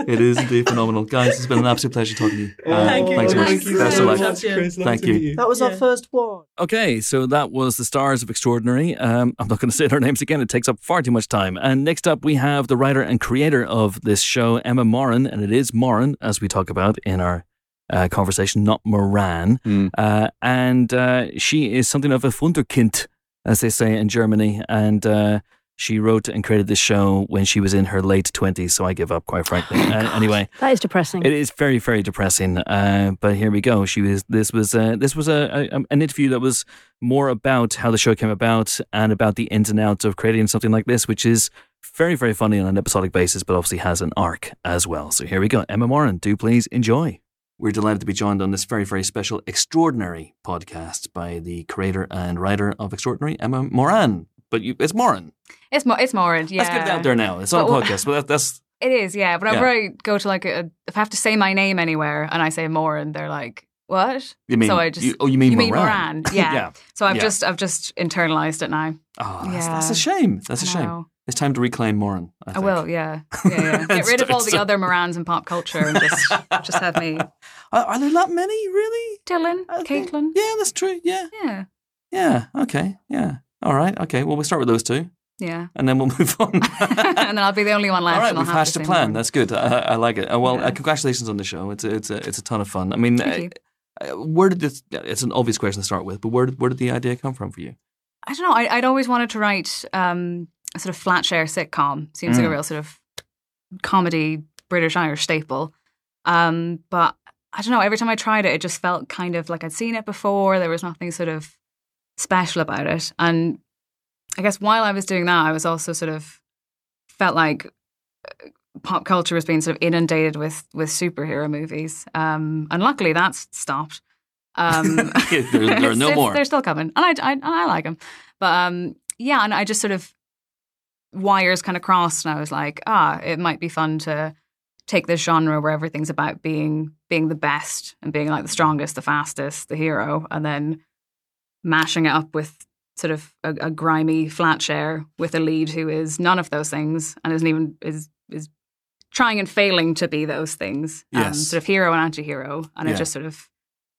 S1: It is indeed phenomenal, guys. It's been an absolute pleasure talking to you. Uh,
S4: Thank you.
S1: Thanks so
S4: Thank
S1: much.
S4: you
S1: Best
S4: so
S1: of luck.
S4: much. Chris.
S1: Thank you.
S5: That was
S4: Yeah.
S5: our first one.
S10: Okay, so that was the stars of Extraordinary. Um, I'm not going to say their names again, it takes up far too much time. And next up, we have the writer and creator of this show, Emma Moran, and it is Moran, as we talk about in our uh, conversation, not Moran.
S1: Hmm.
S3: Mm.
S10: Uh, and uh, she is something of a Wunderkind, as they say in Germany. And uh, she wrote and created this show when she was in her late 20s, so I give up, quite
S1: Oh,
S10: frankly. Uh, anyway.
S2: That is depressing.
S10: It is very, very depressing. Uh, but here we go. She was. This was. Uh, this was a, a an interview that was more about how the show came about and about the ins and outs of creating something like this, which is very, very funny on an episodic basis, but obviously has an arc as well. So here we go. Emma Moran, do please enjoy.
S1: We're delighted to be joined on this very, very special, extraordinary podcast by the creator and writer of Extraordinary, Emma Moran. But you, it's Moran.
S11: It's more, it's more, yeah.
S1: Let's get it out there now. It's not
S11: But
S1: a
S11: what-
S1: podcast, but that, that's
S11: It is, yeah. Whenever
S1: Yeah.
S11: I go to like a, if I have to say my name anywhere and I say Moran, they're like, what?
S1: you mean.
S11: I just-
S1: you, oh, you mean
S11: you mean
S1: Moran?
S11: Moran, yeah.
S1: yeah.
S11: So I've
S1: Yeah.
S11: just, I've just internalized it now.
S1: Oh, that's, that's
S11: Yeah.
S1: a shame. That's a
S11: I
S1: shame.
S11: know.
S1: It's time to reclaim Moran. I,
S11: I
S1: think.
S11: will, yeah, yeah, yeah. Get
S1: It's-
S11: rid of all
S1: it's-
S11: the other Morans in pop culture and just, just have me
S1: Are, are there that many, really?
S11: Dylan,
S1: I think-
S11: Caitlin.
S1: Yeah, that's true. Yeah.
S11: Yeah,
S1: Yeah. Okay. Yeah. All right. Okay. Well, we'll start with those two
S11: yeah.
S1: and then we'll move on.
S11: and then I'll be the only one left.
S1: All right,
S11: and I'll
S1: we've
S11: have
S1: hatched
S11: to
S1: a
S11: say
S1: plan.
S11: Moran.
S1: That's good. I, I like it. Uh, well,
S11: Yeah.
S1: uh, congratulations on the show. It's a, it's a, it's a ton of fun. I mean,
S11: Thank
S1: uh,
S11: you.
S1: uh, where did this? It's an obvious question to start with, but where did, where did the idea come from for you?
S11: I don't know. I, I'd always wanted to write um, a sort of flat share sitcom. Seems like a
S1: Mm.
S11: real sort of comedy British Irish staple. Um, but I don't know. Every time I tried it, it just felt kind of like I'd seen it before. There was nothing sort of special about it. And I guess while I was doing that, I was also sort of felt like uh, pop culture was being sort of inundated with with superhero movies. Um, and luckily, that's stopped. Um,
S1: Yeah, there- there are
S11: it's-
S1: no
S11: it's-
S1: more.
S11: They're still coming, and I, I, and I like them. But um, yeah, and I just sort of wires kind of crossed, and I was like, ah, it might be fun to take this genre where everything's about being being the best and being like the strongest, the fastest, the hero, and then mashing it up with sort of a, a grimy flat share with a lead who is none of those things and isn't even is is trying and failing to be those things. Um,
S1: Yes.
S11: sort of hero and anti-hero, and
S1: Yeah.
S11: it just sort of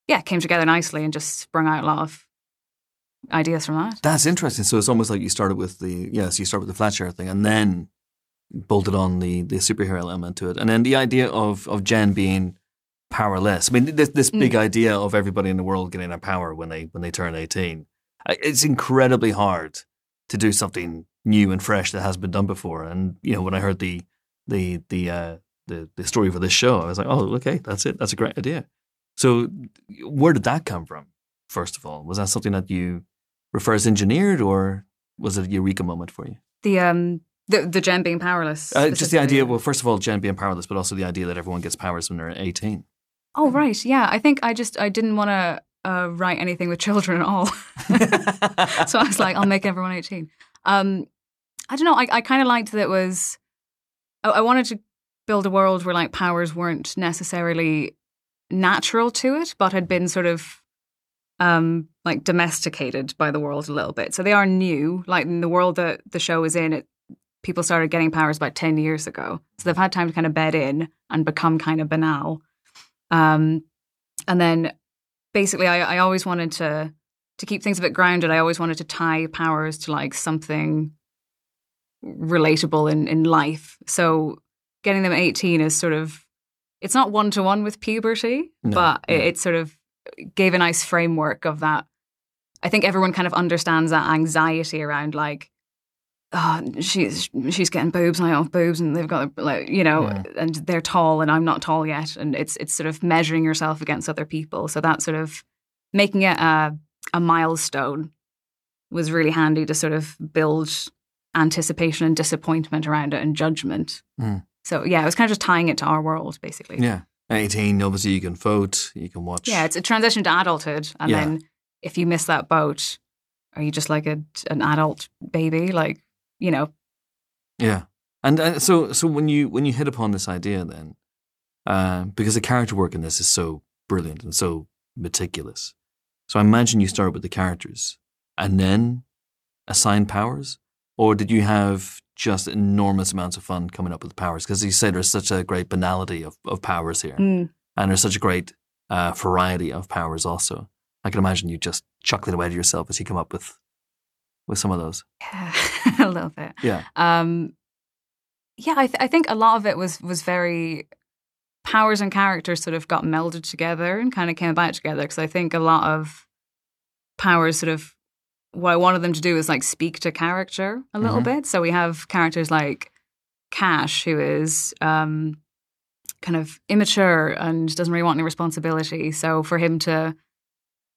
S11: yeah came together nicely and just sprung out a lot of ideas from that.
S1: That's interesting. So it's almost like you started with the yeah, so you start with the flat share thing, and then bolted on the the superhero element to it, and then the idea of of Jen being powerless. I mean, this this big idea of everybody in the world getting a power when they when they turn eighteen. I- It's incredibly hard to do something new and fresh that has been done before. And you know, when I heard the the the uh, the the story for this show, I was like, oh, okay, that's it. That's a great idea. So, where did that come from? First of all, was that something that you reverse engineered, or was it a eureka moment for you?
S11: The um the the gem being powerless.
S1: Uh, just the
S11: specifically.
S1: idea. Well, first of all, Jen being powerless, but also the idea that everyone gets powers when they're eighteen.
S11: Oh right, yeah. I think I just I didn't want to uh, write anything with children at all, so I was like, I'll make everyone eighteen. Um, I don't know. I, I kind of liked that it was. I, I wanted to build a world where like powers weren't necessarily natural to it, but had been sort of um like domesticated by the world a little bit. So they are new. Like in the world that the show is in, it people started getting powers about 10 years ago. So they've had time to kind of bed in and become kind of banal. Um, and then basically, I, I always wanted to, to keep things a bit grounded. I always wanted to tie powers to like something relatable in, in life. So getting them at 18 is sort of, it's not one to one with puberty,
S1: No,
S11: but it,
S1: no.
S11: it sort of gave a nice framework of that. I think everyone kind of understands that anxiety around like, oh, she's she's getting boobs and I don't have boobs and they've got like you know
S1: Yeah.
S11: and they're tall and I'm not tall yet and it's it's sort of measuring yourself against other people so that sort of making it a a milestone was really handy to sort of build anticipation and disappointment around it and judgment.
S1: Mm.
S11: So yeah, it was kind of just tying it to our world basically.
S1: Yeah. At 18, obviously, you can vote, you can watch.
S11: Yeah, it's a transition to adulthood, and
S1: Yeah.
S11: then if you miss that boat, are you just like a an adult baby? Like you know,
S1: Yeah, and uh, so so when you when you hit upon this idea, then uh, because the character work in this is so brilliant and so meticulous, so I imagine you start with the characters and then assign powers, or did you have just enormous amounts of fun coming up with powers? Because you say there's such a great banality of, of powers here,
S11: Mm.
S1: and there's such a great uh, variety of powers also. I can imagine you just chuckling away to yourself as you come up with with some of those.
S11: yeah, mm, a little bit.
S1: Yeah.
S11: Um, yeah, I, th- I think a lot of it was was very powers and characters sort of got melded together and kind of came about together because I think a lot of powers sort of what I wanted them to do is like speak to character a little
S1: Mhm.
S11: bit. So we have characters like Cash, who is um, kind of immature and doesn't really want any responsibility. So for him to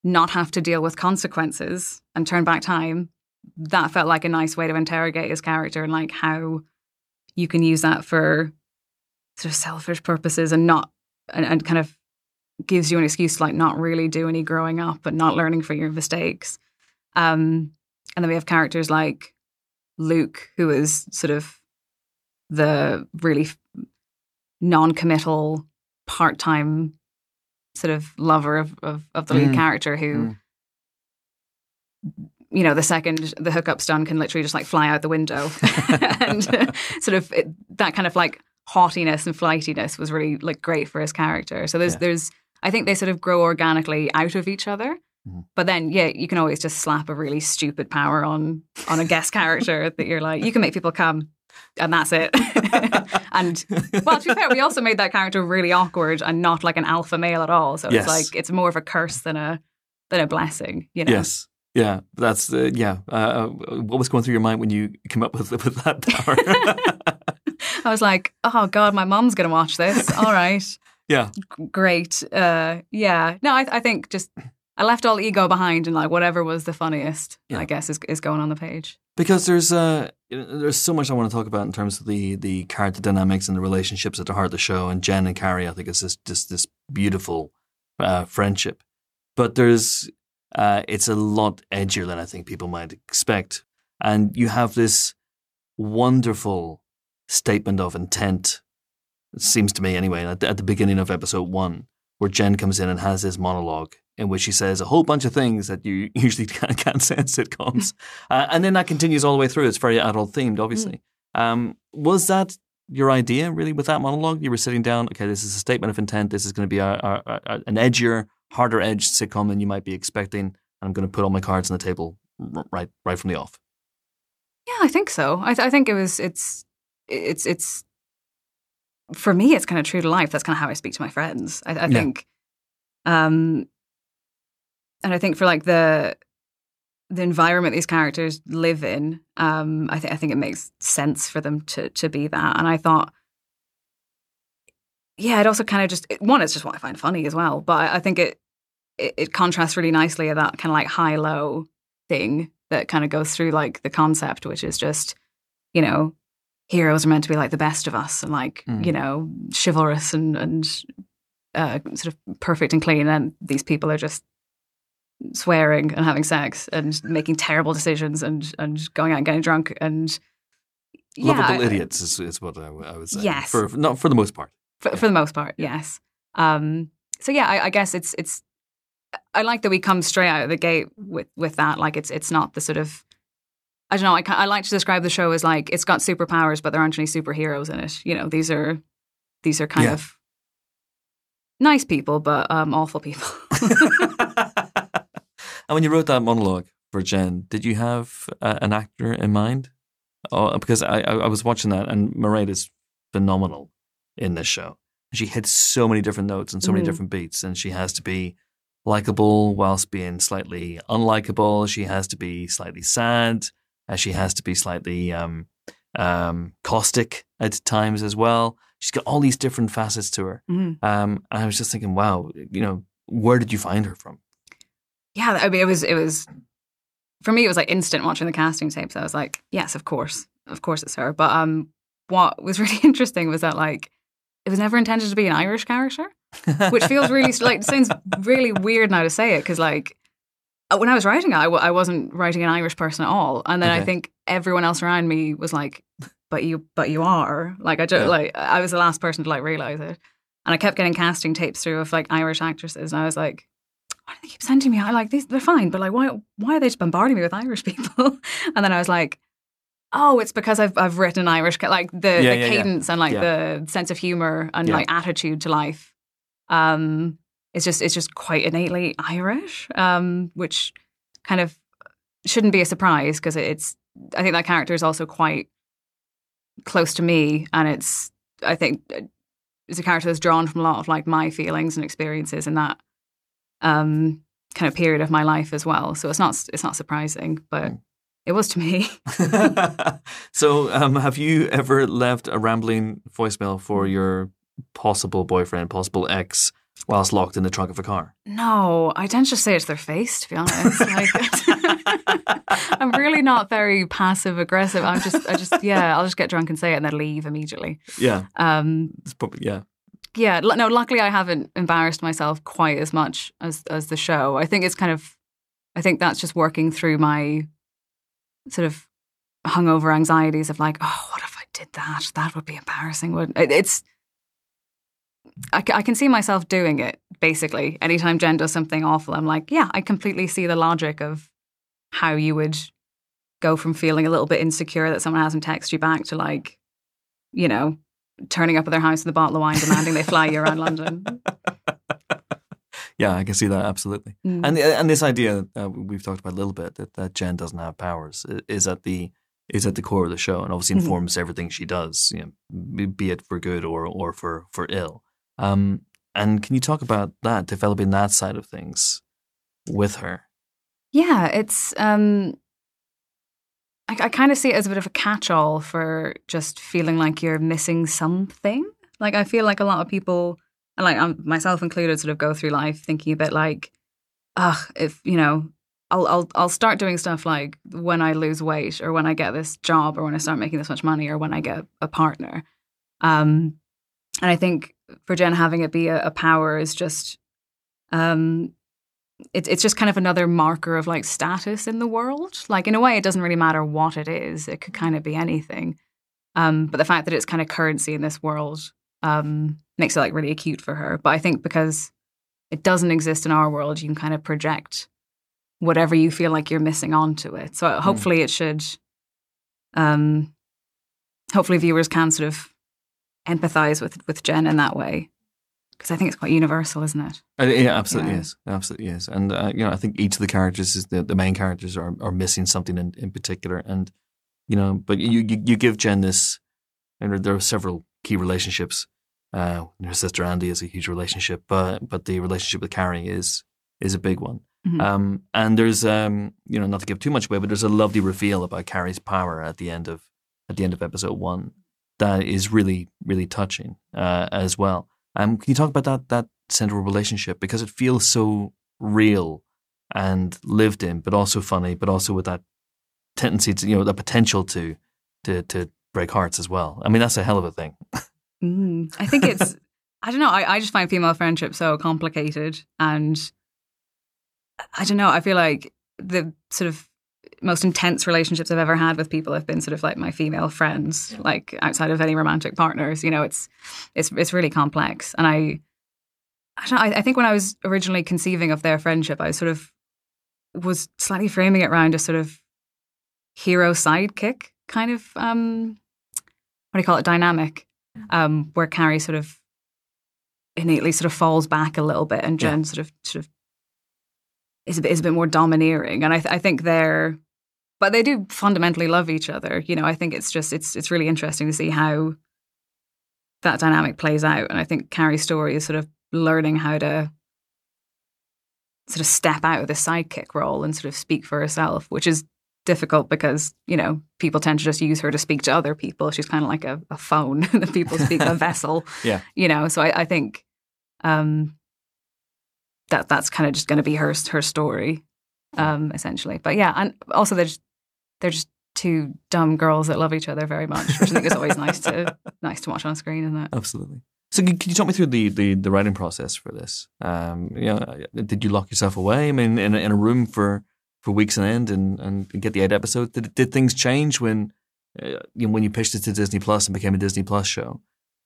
S11: not have to deal with consequences and turn back time, that felt like a nice way to interrogate his character and like how you can use that for sort of selfish purposes and not and, and kind of gives you an excuse to like not really do any growing up and not learning from your mistakes. Um, and then we have characters like Luke, who is sort of the really f- non-committal part-time sort of lover of of, of the lead
S1: Mm.
S11: character who
S1: Mm.
S11: you know the second the hookup's done can literally just like fly out the window and uh, sort of it, that kind of like haughtiness and flightiness was really like great for his character so there's
S1: Yeah.
S11: there's i think they sort of grow organically out of each other
S1: Mhm.
S11: but then yeah you can always just slap a really stupid power on on a guest character that you're like you can make people come and that's it and well to be fair we also made that character really awkward and not like an alpha male at all so
S1: Yes.
S11: it's like it's more of a curse than a than a blessing you know
S1: Yes. Yeah, that's uh, yeah. Uh, what was going through your mind when you came up with with that power?
S11: I was like, oh god, my mom's gonna watch this. All right,
S1: yeah,
S11: great. Uh, yeah, no, I, I think just I left all ego behind and like whatever was the funniest,
S1: Yeah.
S11: I guess, is is going on the page.
S1: because there's uh, you know, there's so much I want to talk about in terms of the the character dynamics and the relationships at the heart of the show. And Jen and Carrie, I think, is this this, this beautiful uh, friendship. But there's uh, it's a lot edgier than I think people might expect. And you have this wonderful statement of intent. It seems to me, anyway, at the, at the beginning of episode one, where Jen comes in and has this monologue in which she says a whole bunch of things that you usually can't, can't say in sitcoms. Uh, and then that continues all the way through. It's very adult themed,
S11: Mm.
S1: obviously. Um, was that your idea, really, with that monologue? You were sitting down, okay, this is a statement of intent. This is going to be a, a, a- a- an edgier, harder edged sitcom than you might be expecting. And I'm going to put all my cards on the table r- right, right from the off.
S11: Yeah, I think so. I, th- I think it was. It's it's it's for me. It's kind of true to life. That's kind of how I speak to my friends. I, I think, um, and I think for like the the environment these characters live in, um, I think I think it makes sense for them to to be that. And I thought. Yeah, it also kind of just it- one. It's just what I find funny as well, but I, I think it, it it contrasts really nicely with that kind of like high low thing that kind of goes through like the concept, which is just, you know, heroes are meant to be like the best of us and like,
S1: Mm.
S11: you know, chivalrous and, and uh, sort of perfect and clean. And these people are just swearing and having sex and making terrible decisions and, and going out and getting drunk and yeah,
S1: Lovable
S11: I-
S1: idiots is, is what I, w- I would say.
S11: Yes.
S1: For, not for the most part.
S11: for, for the most part, yes. Um, so yeah, I, I guess it's it's. I like that we come straight out of the gate with with that. Like it's it's not the sort of I don't know. I, ca- I like to describe the show as like it's got superpowers, but there aren't any superheroes in it. You know, these are these are kind
S1: Yeah.
S11: of nice people, but um, awful people.
S1: and when you wrote that monologue for Jen, did you have uh, an actor in mind? Oh, because I, I, I was watching that, and Mairead is phenomenal in this show. She hits so many different notes and so many
S12: Mhm.
S1: different beats, and she has to be likable whilst being slightly unlikable. She has to be slightly sad, and she has to be slightly um, um, caustic at times as well. She's got all these different facets to her.
S11: Mhm.
S1: Um, and I was just thinking, wow, you know, where did you find her from?
S11: yeah, I mean, it was it was for me. It was like instant watching the casting tapes. I was like, yes, of course, of course, it's her. But um, what was really interesting was that like it was never intended to be an Irish character. which feels really like sounds really weird now to say it because like uh, when I was writing it, I, w- I wasn't writing an Irish person at all, and then I
S1: Okay.
S11: think everyone else around me was like, "But you, but you are." Like I don't
S1: Yeah.
S11: like I was the last person to like realize it, and I kept getting casting tapes through of like Irish actresses, and I was like. Why do they keep sending me? I like these; they're fine, but like, why? Why are they just bombarding me with Irish people? and then I was like, "Oh, it's because I've I've written Irish, ca- like the,
S1: Yeah,
S11: the
S1: yeah, yeah.
S11: cadence and like the sense of humor and
S1: Yeah.
S11: like attitude to life um, it's just it's just quite innately Irish, um, which kind of shouldn't be a surprise because it's I think that character is also quite close to me, and it's I think uh, it's a character that's drawn from a lot of like my feelings and experiences in that um, kind of period of my life as well. So it's not it's not surprising, but it was to me.
S1: so, um, have you ever left a rambling voicemail for
S11: Mm.
S1: your possible boyfriend, possible ex, whilst locked in the trunk of a car?
S11: No, I tend to just say it to their face, to be honest. Like, I'm really not very passive aggressive. I'm just, I just, yeah, I'll just get drunk and say it and then leave immediately.
S1: Yeah,
S11: Um,
S1: it's probably, yeah.
S11: yeah, lu- no, luckily I haven't embarrassed myself quite as much as as the show. I think it's kind of, I think that's just working through my sort of hungover anxieties of like, oh, what if I did that? That would be embarrassing. Would it, it's. I, ca- I can see myself doing it basically. Anytime Jen does something awful, I'm like, yeah, I completely see the logic of how you would go from feeling a little bit insecure that someone hasn't texted you back to like, you know, turning up at their house with a bottle of wine demanding they fly you around London.
S1: Yeah, I can see that absolutely.
S11: Mm.
S1: And and this idea uh, we've talked about a little bit that, that Jen doesn't have powers i- is at the is at the core of the show and obviously
S11: Mhm.
S1: informs everything she does, you know, be- be it for good or or for for ill. Um, and can you talk about that developing that side of things with her?
S11: Yeah, it's. Um, I, I kind of see it as a bit of a catch-all for just feeling like you're missing something. Like I feel like a lot of people, and like um, myself included, sort of go through life thinking a bit like, ugh, if you know, I'll I'll I'll start doing stuff like when I lose weight or when I get this job or when I start making this much money or when I get a partner. Um, and I think for Jen having it be a, a power is just um, it's it's just kind of another marker of like status in the world. Like in a way, it doesn't really matter what it is; it could kind of be anything. Um, but the fact that it's kind of currency in this world um, makes it like really acute for her. But I think because it doesn't exist in our world, you can kind of project whatever you feel like you're missing onto it. So hopefully, it should. Um, hopefully, viewers can sort of empathize with with Jen in that way because I think it's quite universal, isn't it?
S1: Uh, Yeah, absolutely
S11: Yeah.
S1: is. Absolutely is. And uh, you know, I think each of the characters is the, the main characters are, are missing something in, in particular. And you know, but you you, you give Jen this, and there- there are several key relationships. Uh, her sister Andy is a huge relationship, but but the relationship with Carrie is is a big one.
S11: Mhm.
S1: Um, and there's um, you know, not to give too much away, but there's a lovely reveal about Carrie's power at the end of at the end of episode one that is really really touching uh, as well. Um, can you talk about that that central relationship because it feels so real and lived in, but also funny, but also with that tendency to you know the potential to to to break hearts as well. I mean, that's a hell of a thing.
S11: Mm, I think it's. I don't know. I, I just find female friendship so complicated, and I don't know. I feel like the sort of most intense relationships I've ever had with people have been sort of like my female friends, like outside of any romantic partners. You know, it's it's it's really complex, and I. I, don't know, I I think when I was originally conceiving of their friendship, I sort of was slightly framing it around a sort of hero sidekick kind of um, what do you call it dynamic, um, where Carrie sort of innately sort of falls back a little bit, and Jen sort of sort of is a bit is a bit more domineering, and I th- I think they're. But they do fundamentally love each other, you know. I think it's just it's it's really interesting to see how that dynamic plays out, and I think Carrie's story is sort of learning how to sort of step out of the sidekick role and sort of speak for herself, which is difficult because, you know, people tend to just use her to speak to other people. She's kind of like a, a phone that people speak, a vessel.
S1: Yeah.
S11: You know, so I, I think um, that that's kind of just going to be her her story, um, essentially. But yeah, and also they're just, they're just two dumb girls that love each other very much, which I think is always nice to nice to watch on screen, isn't it?
S1: Absolutely. So can can you talk me through the, the, the writing process for this? Um, you know, did you lock yourself away? I mean, in, a- in a room for, for weeks on end and, and get the eight episodes. Did, did things change when uh, you know, when you pitched it to Disney Plus and became a Disney Plus show?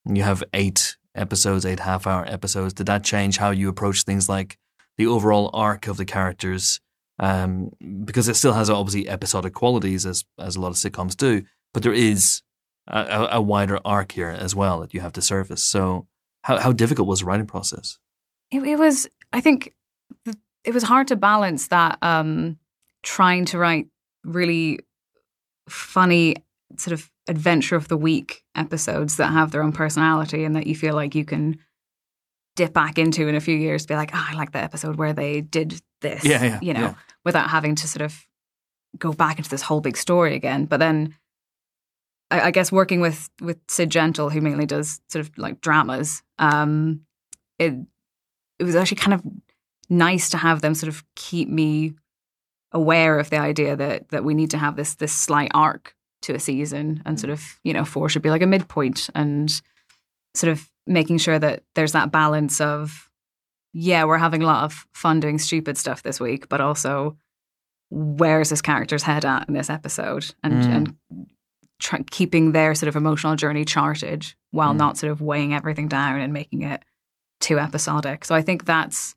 S1: And you have eight episodes, eight half hour episodes. Did that change how you approach things like the overall arc of the characters? Um, because it still has obviously episodic qualities as as a lot of sitcoms do, but there is a, a, a wider arc here as well that you have to surface. So, how how difficult was the writing process?
S11: It, it was, I think, th- it was hard to balance that um, trying to write really funny sort of adventure of the week episodes that have their own personality and that you feel like you can dip back into in a few years, be like, oh, I like that episode where they did this,
S1: Yeah, yeah,
S11: you know,
S1: yeah.
S11: without having to sort of go back into this whole big story again. But then I, I guess working with with Sid Gentle, who mainly does sort of like dramas, um, it it was actually kind of nice to have them sort of keep me aware of the idea that that we need to have this this slight arc to a season, and
S1: Mm.
S11: sort of you know four should be like a midpoint, and sort of making sure that there's that balance of yeah, we're having a lot of fun doing stupid stuff this week, but also where's this character's head at in this episode, and
S1: Mm.
S11: and try, keeping their sort of emotional journey charted while
S1: Mm.
S11: not sort of weighing everything down and making it too episodic. So I think that's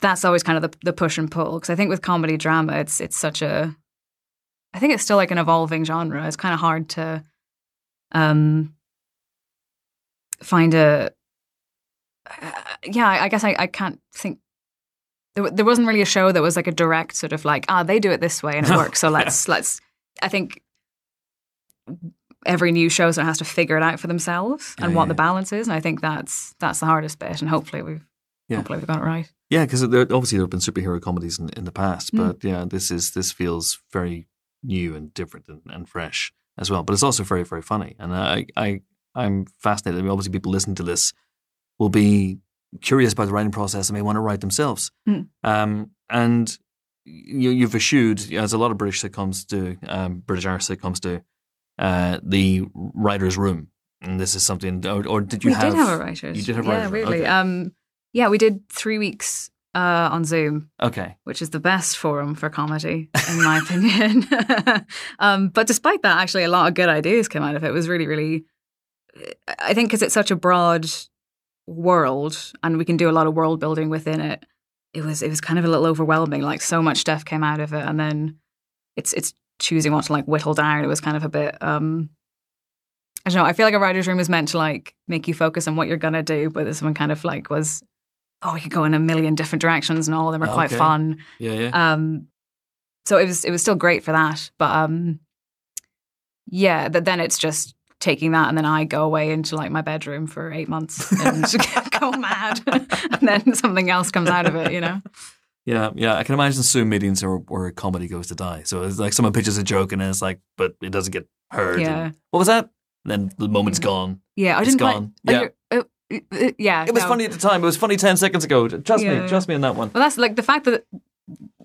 S11: that's always kind of the, the push and pull because I think with comedy drama it's it's such a I think it's still like an evolving genre. It's kind of hard to um find a uh, yeah, I I guess I, I can't think there, wa- there wasn't really a show that was like a direct sort of like ah they do it this way and it
S1: No.
S11: works. So let's let's I think every new show sort of has to figure it out for themselves and
S1: Yeah,
S11: what
S1: yeah,
S11: the
S1: yeah.
S11: balance is. And I think that's that's the hardest bit. And hopefully we've
S1: Yeah.
S11: hopefully we've got it right.
S1: Yeah, because there, obviously there have been superhero comedies in, in the past,
S11: Mm.
S1: but yeah, this is this feels very new and different and, and fresh as well. But it's also very very funny, and I I I'm fascinated. I mean, obviously people listening to this will be curious about the writing process and may want to write themselves.
S11: Mm.
S1: Um, and you, you've eschewed, as a lot of British sitcoms do, um, British Irish sitcoms do, uh, the writers' room. And this is something, or, or did you
S11: we
S1: have?
S11: did have a writers.
S1: you did have a
S11: yeah,
S1: writers' room,
S11: weirdly.
S1: okay.
S11: Um, yeah, we did three weeks uh, on Zoom,
S1: okay,
S11: which is the best forum for comedy, in my opinion. um, but despite that, actually, a lot of good ideas came out of it. It was really, really. I think because it's such a broad world, and we can do a lot of world building within it. It was it was kind of a little overwhelming. Like so much stuff came out of it, and then it's it's choosing what to like whittle down. It was kind of a bit. um I don't know. I feel like a writer's room is meant to like make you focus on what you're gonna do, but this one kind of like was, oh, we could go in a million different directions, and all of them are quite
S1: Okay.
S11: fun.
S1: yeah, yeah.
S11: Um, so it was it was still great for that, but um, yeah. That then it's just taking that, and then I go away into like my bedroom for eight months and go mad, and then something else comes out of it, you know.
S1: Yeah, yeah. I can imagine Zoom meetings are where comedy goes to die. So it's like someone pitches a joke and then it's like, but it doesn't get heard.
S11: Yeah.
S1: And, what was that? And then the moment's
S11: Yeah.
S1: gone.
S11: Yeah, I
S1: It's
S11: didn't
S1: gone.
S11: quite. I don't- uh, uh, uh, yeah,
S1: It was
S11: no.
S1: funny at the time. It was funny 10 seconds ago. Trust
S11: Yeah,
S1: me.
S11: yeah.
S1: Trust me on that one.
S11: Well, that's like the fact that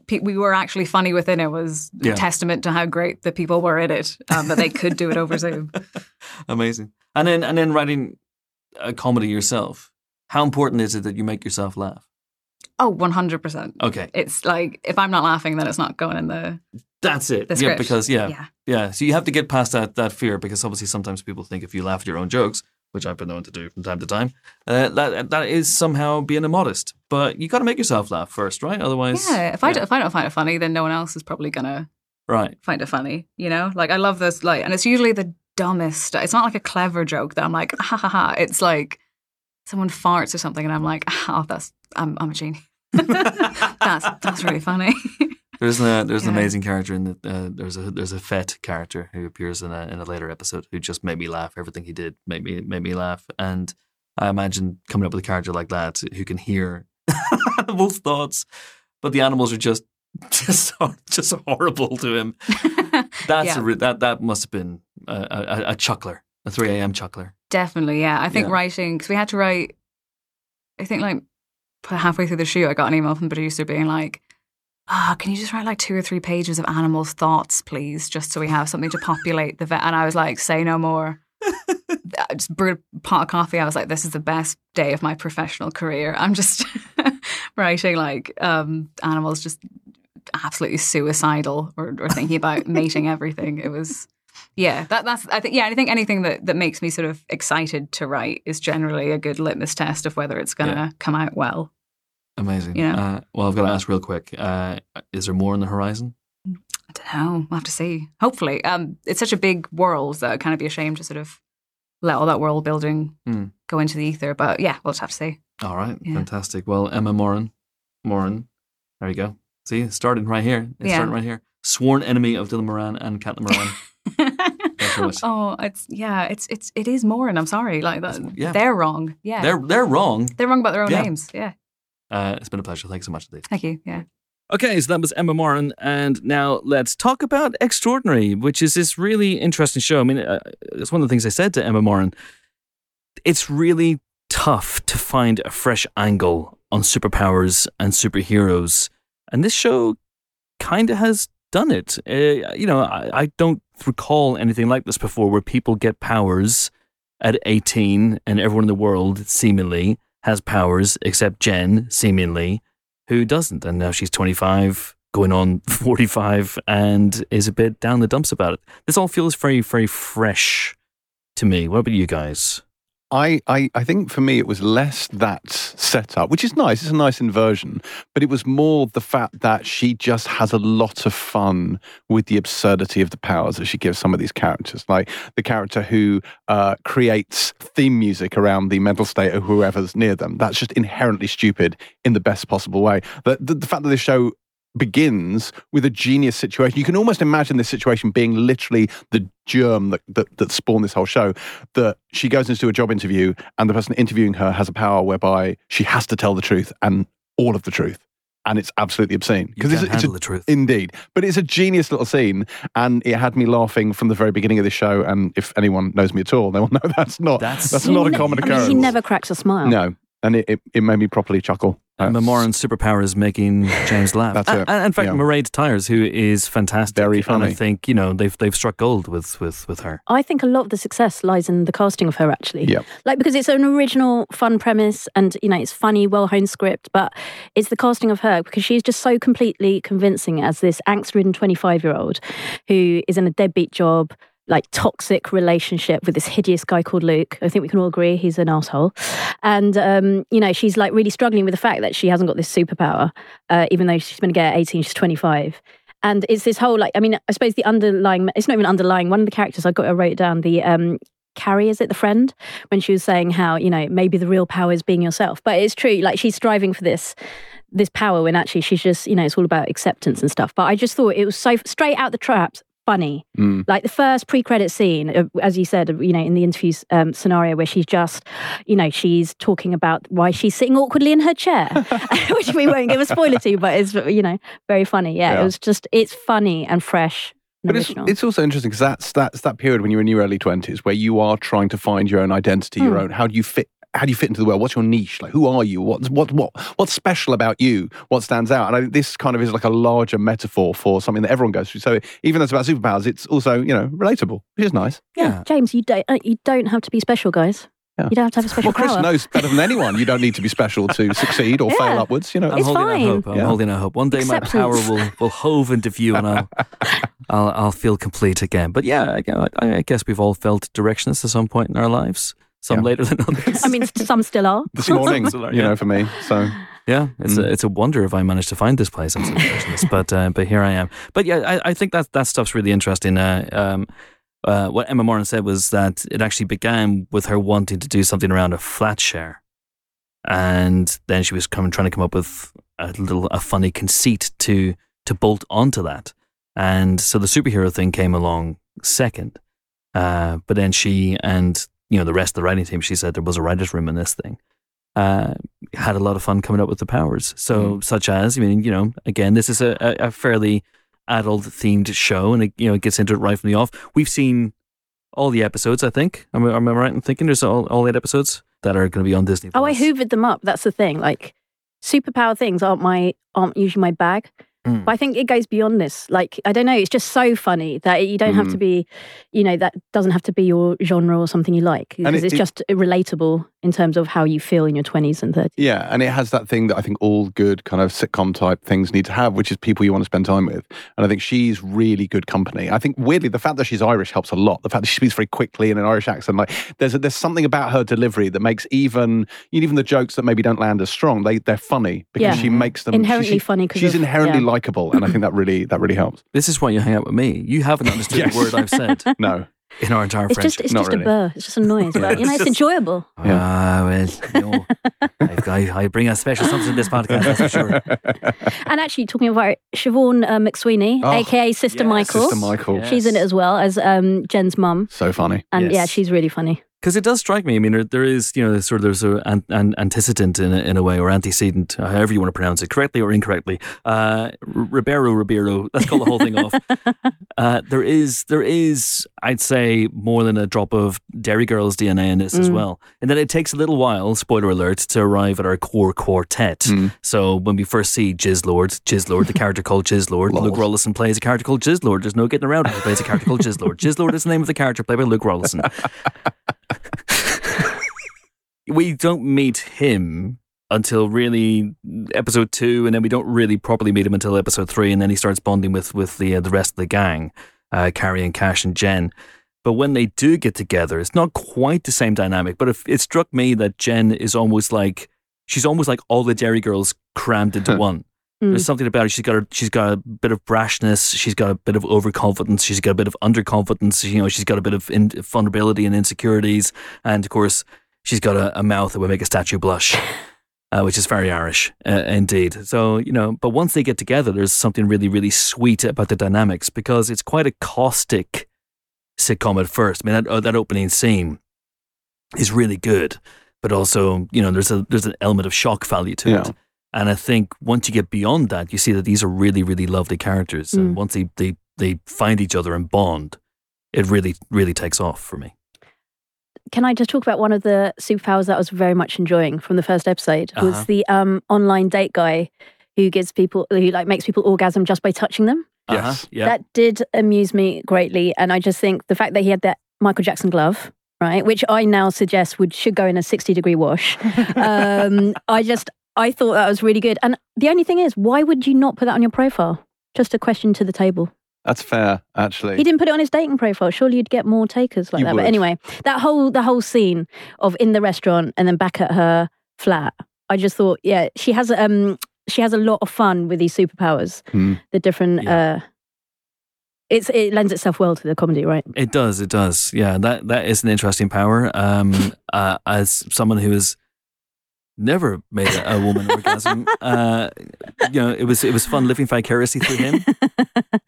S11: pe- we were actually funny within it was
S1: Yeah.
S11: a testament to how great the people were in it, um, that they could do it over Zoom.
S1: Amazing. And then, and then writing a comedy yourself. How important is it that you make yourself laugh?
S11: Oh, 100%.
S1: Okay.
S11: It's like if I'm not laughing, then it's not going in the.
S1: That's it.
S11: The
S1: yeah,
S11: script.
S1: because, yeah, yeah.
S11: Yeah.
S1: So you have to get past that, that fear because obviously sometimes people think if you laugh at your own jokes, which I've been known to do from time to time, uh, that, that is somehow being immodest. But you got to make yourself laugh first, right? Otherwise.
S11: Yeah, if I, don't, if I don't find it funny, then no one else is probably going to
S8: Right.
S11: find it funny, you know? Like I love those like and it's usually the dumbest. It's not like a clever joke that I'm like ha ha ha. It's like someone farts or something and I'm like, "Oh, that's I'm I'm a genie." that's that's really funny.
S8: There's a there's an
S11: Yeah.
S8: amazing character in the uh, there's a there's a Fett character who appears in a in a later episode who just made me laugh. Everything he did made me made me laugh, and I imagine coming up with a character like that who can hear animals' thoughts, but the animals are just just just horrible to him. That's
S11: Yeah.
S8: a re- that that must have been a, a, a- a chuckler, a three a.m. chuckler.
S11: Definitely, yeah. I think
S8: Yeah.
S11: writing because we had to write. I think like p- halfway through the shoot, I got an email from the producer being like, "Ah, can you just write like two or three pages of animals' thoughts, please, just so we have something to populate the vet?" And I was like, "Say no more." I just brewed a pot of coffee. I was like, "This is the best day of my professional career." I'm just writing like um, animals just absolutely suicidal or, or thinking about mating everything. It was yeah that, that's i think yeah i think anything that, that makes me sort of excited to write is generally a good litmus test of whether it's going to
S8: Yeah.
S11: come out well
S8: Amazing.
S11: Yeah.
S8: Uh, well, I've got to ask real quick. Uh, is there more on the horizon?
S11: i don't know we'll have to see hopefully um, it's such a big world that i'd kind of be ashamed to sort of let all that world building
S8: Mm.
S11: go into the ether but yeah we'll just have to see
S8: All right,
S11: Yeah.
S8: fantastic. Well, Emma Moran, Moran, there you go. See, it's starting right here. It's
S11: Yeah.
S8: starting right here. Sworn enemy of Dylan Moran and Catelyn Moran. That's right.
S11: oh it's yeah it's it's it is more and i'm sorry like that
S8: That's- yeah.
S11: they're wrong yeah
S8: They're they're wrong.
S11: They're wrong about their own
S8: Yeah.
S11: names yeah
S8: Uh, it's been a pleasure. Thanks so much indeed.
S11: thank you yeah
S1: Okay, so that was Emma Moran, and now let's talk about Extraordinary, which is this really interesting show. I mean, uh, it's one of the things I said to Emma Moran. It's really tough to find a fresh angle on superpowers and superheroes, and this show kind of has done it. Uh, you know, I, I don't recall anything like this before, where people get powers at 18, and everyone in the world seemingly has powers except Jen, seemingly who doesn't. And now she's 25, going on 45, and is a bit down the dumps about it. This all feels very, very fresh to me. What about you guys?
S3: I, I, I think for me it was less that setup, which is nice. It's a nice inversion, but it was more the fact that she just has a lot of fun with the absurdity of the powers that she gives some of these characters. Like the character who uh, creates theme music around the mental state of whoever's near them. That's just inherently stupid in the best possible way. The, the, the fact that this show begins with a genius situation. You can almost imagine this situation being literally the germ that, that, that spawned this whole show. That she goes into a job interview and the person interviewing her has a power whereby she has to tell the truth and all of the truth. And it's absolutely obscene.
S8: You can't
S3: it's, a- it's a
S8: handle the truth.
S3: Indeed. But it's a genius little scene, and it had me laughing from the very beginning of the show. And if anyone knows me at all, they will know that's not
S8: That's-
S3: that's, not
S2: He
S3: a
S2: ne-
S3: common
S2: I mean,
S3: occurrence.
S2: he never cracks a smile.
S3: No, and it, it, it made me properly chuckle. mm.
S1: Emma Moran's Uh, superpowers making James laugh.
S3: That's
S1: And-
S3: it.
S1: And in fact,
S3: Yeah.
S1: Mairead Tyres, who is fantastic.
S3: Very
S1: And I
S3: funny.
S1: think, you know, they've, they've struck gold with, with, with her.
S2: I think a lot of the success lies in the casting of her, actually.
S3: Yep.
S2: Like, because it's an original, fun premise and, you know, it's funny, well honed script, but it's the casting of her because she's just so completely convincing as this angst ridden 25 year old who is in a deadbeat job, like toxic relationship with this hideous guy called Luke. I think we can all agree he's an asshole. And, um, you know, she's like really struggling with the fact that she hasn't got this superpower, uh, even though she's been gay at 18, she's 25 and it's this whole like i mean i suppose the underlying it's not even underlying one of the characters i got i wrote down the um carrie is it the friend when she was saying how you know maybe the real power is being yourself but it's true like she's striving for this this power when actually she's just you know it's all about acceptance and stuff but i just thought it was so straight out the traps funny
S3: Mm.
S2: like the first pre-credit scene uh, as you said you know in the interview um, scenario where she's just you know she's talking about why she's sitting awkwardly in her chair which we won't give a spoiler to but it's you know very funny yeah,
S3: Yeah.
S2: it was just it's funny and fresh and
S3: But it's,
S2: original.
S3: it's also interesting because that's, that's that period when you're in your early 20s where you are trying to find your own identity, your
S2: Hmm.
S3: own, how do you fit? How do you fit into the world? What's your niche? Like, who are you? What's what what what's special about you? What stands out? And I think this kind of is like a larger metaphor for something that everyone goes through. So even though it's about superpowers, it's also you know relatable, which is nice.
S1: yeah.
S2: james you don't uh, you don't have to be special guys
S3: Yeah.
S2: you don't have to have a special
S3: Well, Chris
S2: power
S3: knows better than anyone. You don't need to be special to succeed or fail
S2: Yeah.
S3: upwards. You know, Um,
S2: It's
S1: I'm holding
S2: fine.
S1: out hope. I'm
S3: Yeah.
S1: holding out hope. One day
S2: Acceptance.
S1: my power will, will hove into view and I'll, I'll I'll feel complete again. But yeah, I, gu- I I guess we've all felt directionless at some point in our lives. Some
S3: Yeah.
S1: later than others.
S2: i mean s- some still are
S3: this morning,
S1: Similar,
S3: you
S1: yeah.
S3: know, for me. So
S1: Yeah, it's a it's a wonder if I managed to find this place. I'm so precious, but uh, but here I am. But yeah, I, I think that that stuff's really interesting. Uh, um, uh, what Emma Moran said was that it actually began with her wanting to do something around a flat share, and then she was coming trying to come up with a little a funny conceit to to bolt onto that, and so the superhero thing came along second. Uh, but then she and you know the rest of the writing team, she said there was a writers' room in this thing. Uh, had a lot of fun coming up with the powers. So, such as, I mean, you know, again, this is a, a, a fairly adult themed show, and it, you know, it gets into it right from the off. We've seen all the episodes, I think. Am I, am I right in thinking there's all, all eight episodes that are going to be on Disney?
S2: Oh, I
S1: Plus?
S2: hoovered them up. That's the thing. Like superpower things aren't my aren't usually my bag.
S1: Mm.
S2: But I think it goes beyond this. Like I don't know, it's just so funny that you don't
S3: Mm-hmm.
S2: have to be, you know, that doesn't have to be your genre or something you like because
S3: it-
S2: it's
S3: it-
S2: just relatable in terms of how you feel in your twenties and thirties.
S3: Yeah, and it has that thing that I think all good kind of sitcom type things need to have, which is people you want to spend time with. And I think she's really good company. I think weirdly, the fact that she's Irish helps a lot. The fact that she speaks very quickly in an Irish accent, like there's there's something about her delivery that makes even even the jokes that maybe don't land as strong, they they're funny because
S2: Yeah.
S3: she makes them Um, she-
S2: Inherently
S3: she-
S2: funny 'cause
S3: She's
S2: of-
S3: inherently
S2: yeah.
S3: likable, and I think that really that really helps.
S1: This is why you hang out with me. You haven't understood
S3: Yes.
S1: a word I've said
S3: No,
S1: in our entire
S2: It's just
S1: friendship.
S2: it's
S3: Not
S2: just
S3: really.
S2: a burr. It's just a noise. But you know, it's enjoyable.
S1: Ah, well, you know, I've- I, I bring a special something to this podcast, that's for sure.
S2: And actually, talking about Siobhan uh, McSweeney,
S3: Oh,
S2: aka Sister
S1: yes.
S2: Michael,
S3: Sister Michael,
S1: Yeah.
S2: she's in it as well as um, Jen's mum,
S3: so funny.
S2: and yeah,
S1: Yes.
S2: she's really funny.
S1: Because it does strike me. I mean, there, there is, you know, sort of there's a, an, an antecedent in a, in a way, or antecedent, however you want to pronounce it, correctly or incorrectly. Uh, R- Ribeiro, Ribeiro. Let's call the whole thing off. Uh, there is, there is, I'd say, more than a drop of Dairy Girls DNA in this as
S2: Mm.
S1: well. And then it takes a little while, spoiler alert, to arrive at our core quartet.
S3: Mm.
S1: So when we first see Jizlord, Jizlord, the character called Jizlord,
S3: Lol.
S1: Luke Rollison plays a character called Jizlord. There's no getting around it. He plays a character called Jizlord. Jizlord is the name of the character played by Luke Rollison we don't meet him until really episode two, and then we don't really properly meet him until episode three, and then he starts bonding with with the uh, the rest of the gang, uh, Carrie and Cash and Jen. But when they do get together, it's not quite the same dynamic. But if, it struck me that Jen is almost like she's almost like all the Dairy Girls crammed into one.
S2: Mm.
S1: There's something about her. She's got her, she's got a bit of brashness. She's got a bit of overconfidence. She's got a bit of underconfidence. You know, she's got a bit of in, vulnerability and insecurities. And of course, she's got a, a mouth that would make a statue blush, uh, which is very Irish uh, indeed. So you know, but once they get together, there's something really, really sweet about the dynamics because it's quite a caustic sitcom at first. I mean, that, uh, that opening scene is really good, but also you know, there's a there's an element of shock value to
S3: Yeah.
S1: it. And I think once you get beyond that, you see that these are really, really lovely characters. And
S2: Mm.
S1: once they, they, they find each other and bond, it really, really takes off for me.
S2: Can I just talk about one of the superpowers that I was very much enjoying from the first episode?
S1: Uh-huh.
S2: Was the um, online date guy who gives people who like makes people orgasm just by touching them.
S3: Yes.
S1: Uh-huh. Yeah.
S2: That did amuse me greatly, and I just think the fact that he had that Michael Jackson glove. Right, which I now suggest would should go in a sixty degree wash. Um, I just I thought that was really good, and the only thing is, why would you not put that on your profile? Just a question to the table.
S3: That's fair, actually.
S2: He didn't put it on his dating profile. Surely you'd get more takers like
S3: You
S2: that.
S3: would.
S2: But anyway, that whole the whole scene of in the restaurant and then back at her flat. I just thought, yeah, she has um she has a lot of fun with these superpowers.
S3: Hmm.
S2: The different uh it's it lends itself well to the comedy, right?
S1: It does. It does. Yeah, that that is an interesting power. Um, uh, as someone who has never made a, a woman orgasm, uh, you know, it was it was fun living vicariously through him.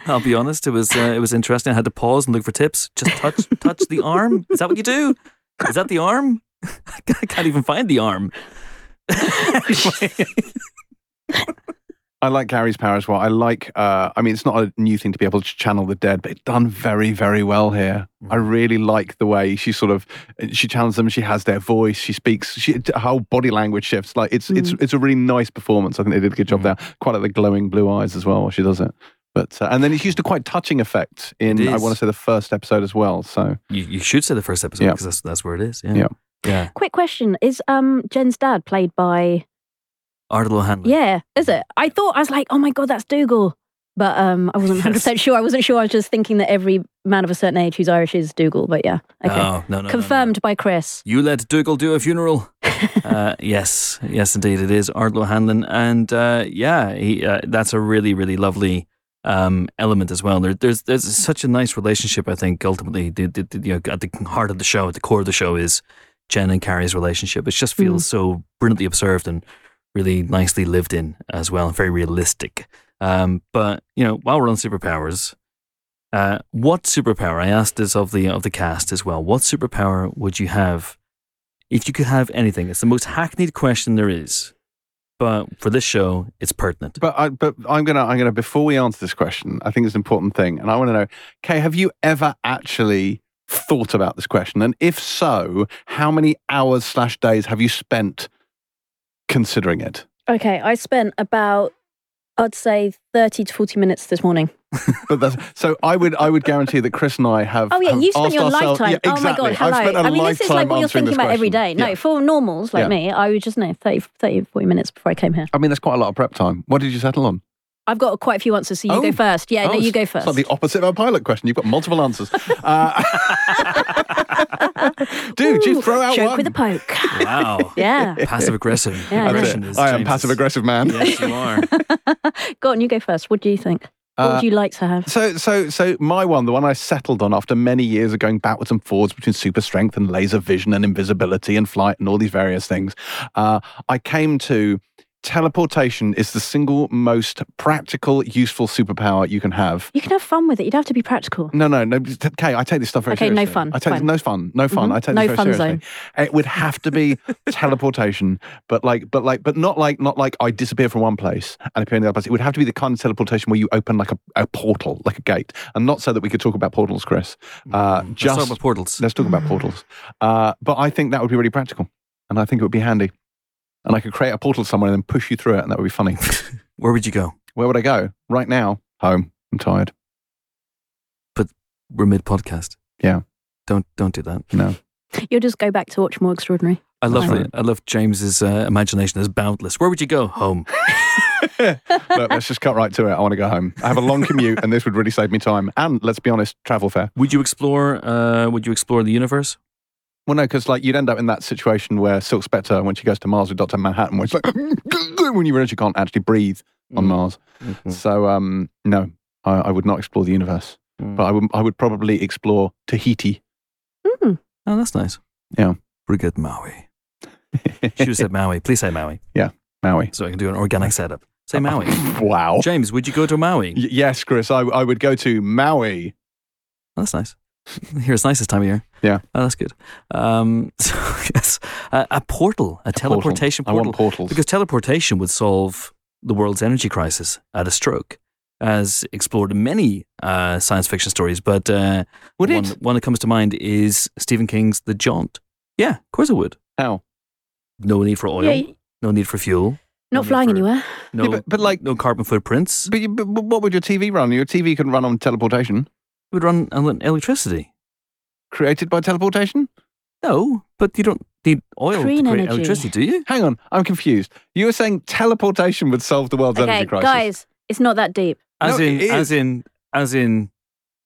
S1: I'll be honest. It was uh, it was interesting. I had to pause and look for tips. Just touch touch the arm. Is that what you do? Is that the arm? I can't even find the arm.
S3: I like Gary's power as well. I like, uh, I mean, it's not a new thing to be able to channel the dead, but it's done very, very well here.
S1: Mm.
S3: I really like the way she sort of, she channels them, she has their voice, she speaks, she, her whole body language shifts. Like, it's, it's, it's a really nice performance. I think they did a good
S1: Mm.
S3: job there. Quite like the glowing blue eyes as well while she does it. But, uh, and then it's used to quite touching effect in,
S1: It
S3: I
S1: is.
S3: want to say, the first episode as well. So,
S1: You, you should say the first episode
S3: Yeah.
S1: because that's that's where it is. Yeah.
S3: Yeah.
S1: Yeah.
S2: Quick question. Is um Jen's dad played by
S1: Ardalo Hanley.
S2: Yeah, is it? I thought I was like, oh my god, that's Dougal. But um, I wasn't 100% sure. I wasn't sure. I was just thinking that every man of a certain age who's Irish is Dougal. But yeah. Okay.
S1: Oh, No, no, no, no.
S2: Confirmed by Chris.
S1: You let Dougal do a funeral. uh, yes, yes, indeed, it is Ardlo Hanlon, and uh, yeah, he, uh, that's a really, really lovely um, element as well. There, there's there's such a nice relationship. I think ultimately, the, the, the, you know, at the heart of the show, at the core of the show, is Jen and Carrie's relationship. It just feels so brilliantly observed and really nicely lived in as well, and very realistic. Um, but you know, while we're on superpowers, uh, what superpower? I asked this of the of the cast as well. What superpower would you have if you could have anything? It's the most hackneyed question there is, but for this show, it's pertinent.
S3: But I, but I'm gonna I'm gonna before we answer this question, I think it's an important thing, and I want to know, Kay, have you ever actually thought about this question? And if so, how many hours slash days have you spent considering it?
S2: Okay. I spent about, I'd say, 30 to 40 minutes this morning.
S3: But that's, so I would I would guarantee that Chris and I have.
S2: Oh, yeah.
S3: have
S2: You spent
S3: asked
S2: your
S3: ourselves-
S2: lifetime.
S3: Yeah,
S2: Oh, my
S3: exactly.
S2: God. Hello.
S3: I've spent a
S2: I mean, this is
S3: lifetime
S2: like what you're thinking
S3: answering this
S2: about every day.
S3: question.
S2: No,
S3: Yeah.
S2: for normals like
S3: Yeah.
S2: me, I would just know 30, 30, 40 minutes before I came here.
S3: I mean, that's quite a lot of prep time. What did you settle on?
S2: I've got quite a few answers, so you
S3: Oh.
S2: go first. Yeah,
S3: Oh,
S2: Uh, no, you go
S3: it's-
S2: first.
S3: It's like the opposite of our pilot question. You've got multiple answers. Uh, dude,
S2: Ooh,
S3: just throw out
S2: joke
S3: one.
S2: with a poke.
S1: Wow.
S2: yeah.
S1: Passive aggressive.
S2: Yeah, I know.
S3: That's
S2: Passion
S3: it. I am passive Uh, aggressive man.
S1: Yes, you are.
S2: Go on, you go first. What do you think? What
S3: Uh,
S2: would you like to have?
S3: So, so, so my one, the one I settled on after many years of going backwards and forwards between super strength and laser vision and invisibility and flight and all these various things, uh, I came to teleportation is the single most practical, useful superpower you can have.
S2: You can have fun with it. You don't have to be practical.
S3: No, no, no. just- Okay, I take this stuff very
S2: Okay, no
S3: seriously.
S2: fun,
S3: I take
S2: fine.
S3: no fun, no fun.
S2: Mhm.
S3: I take
S2: No
S3: this very
S2: fun
S3: seriously. It would have to be teleportation, but like, but like, but not like, not like I disappear from one place and appear in the other place. It would have to be the kind of teleportation where you open like a, a portal, like a gate, and not so that we could talk about portals, Chris. Uh,
S1: Let's
S3: just
S1: talk about portals.
S3: let's talk about portals. Uh, but I think that would be really practical, and I think it would be handy. And I could create a portal somewhere and then push you through it, and that would be funny.
S1: Where would you go?
S3: Where would I go? Right now, home. I'm tired.
S1: We're mid podcast.
S3: Yeah.
S1: Don't don't do that.
S3: No.
S2: You'll just go back to watch more extraordinary.
S1: I love
S3: That's
S1: the, I love James's uh, imagination is boundless. Where would you go? Home.
S3: Look, let's just cut right to it. I want to go home. I have a long commute, and this would really save me time. And let's be honest, travel fare.
S1: Would you explore? Uh, would you explore the universe?
S3: Well, no, because like you'd end up in that situation where Silk Spectre, when she goes to Mars with Doctor Manhattan, where it's like when you realize you can't actually breathe
S1: Mm.
S3: on Mars. So, um, no, I, I would not explore the universe,
S1: Mm.
S3: but I would, I would probably explore Tahiti.
S2: Mm.
S1: Oh, that's nice.
S3: Yeah.
S1: Brigade Maui. She would said Maui. Please say Maui,
S3: Maui.
S1: so I can do an organic setup. Say Maui.
S3: Wow. Y-
S1: James, would you go to Maui?
S3: yes, Chris, I, I would go to Maui.
S1: Oh, that's nice. Here it's nice this time of year.
S3: Yeah.
S1: Oh, that's good. Um, so yes, a, a portal, a teleportation
S3: Portal. I
S1: portal.
S3: want portals.
S1: Because teleportation would solve the world's energy crisis at a stroke, as explored in many uh, science fiction stories. But uh,
S3: Would
S1: one,
S3: it?
S1: one that comes to mind is Stephen King's The Jaunt. Yeah, of course it would.
S3: How?
S1: No need for oil,
S2: Yeah, y-
S1: no need for fuel,
S2: not
S1: Only
S2: flying
S1: for-
S2: anywhere.
S1: no,
S3: but- but like-
S1: no carbon footprints.
S3: But, you, but but what would your TV run? Your TV could run on teleportation.
S1: it would run on electricity.
S3: created by teleportation?
S1: No, but you don't need oil
S2: Green
S1: to create
S2: energy.
S1: electricity, do you?
S3: Hang on, I'm confused. You were saying teleportation would solve the world's
S2: Okay,
S3: energy crisis.
S2: guys, it's not that deep.
S1: As
S3: No,
S1: in,
S3: it
S1: as
S3: is.
S1: in, as in,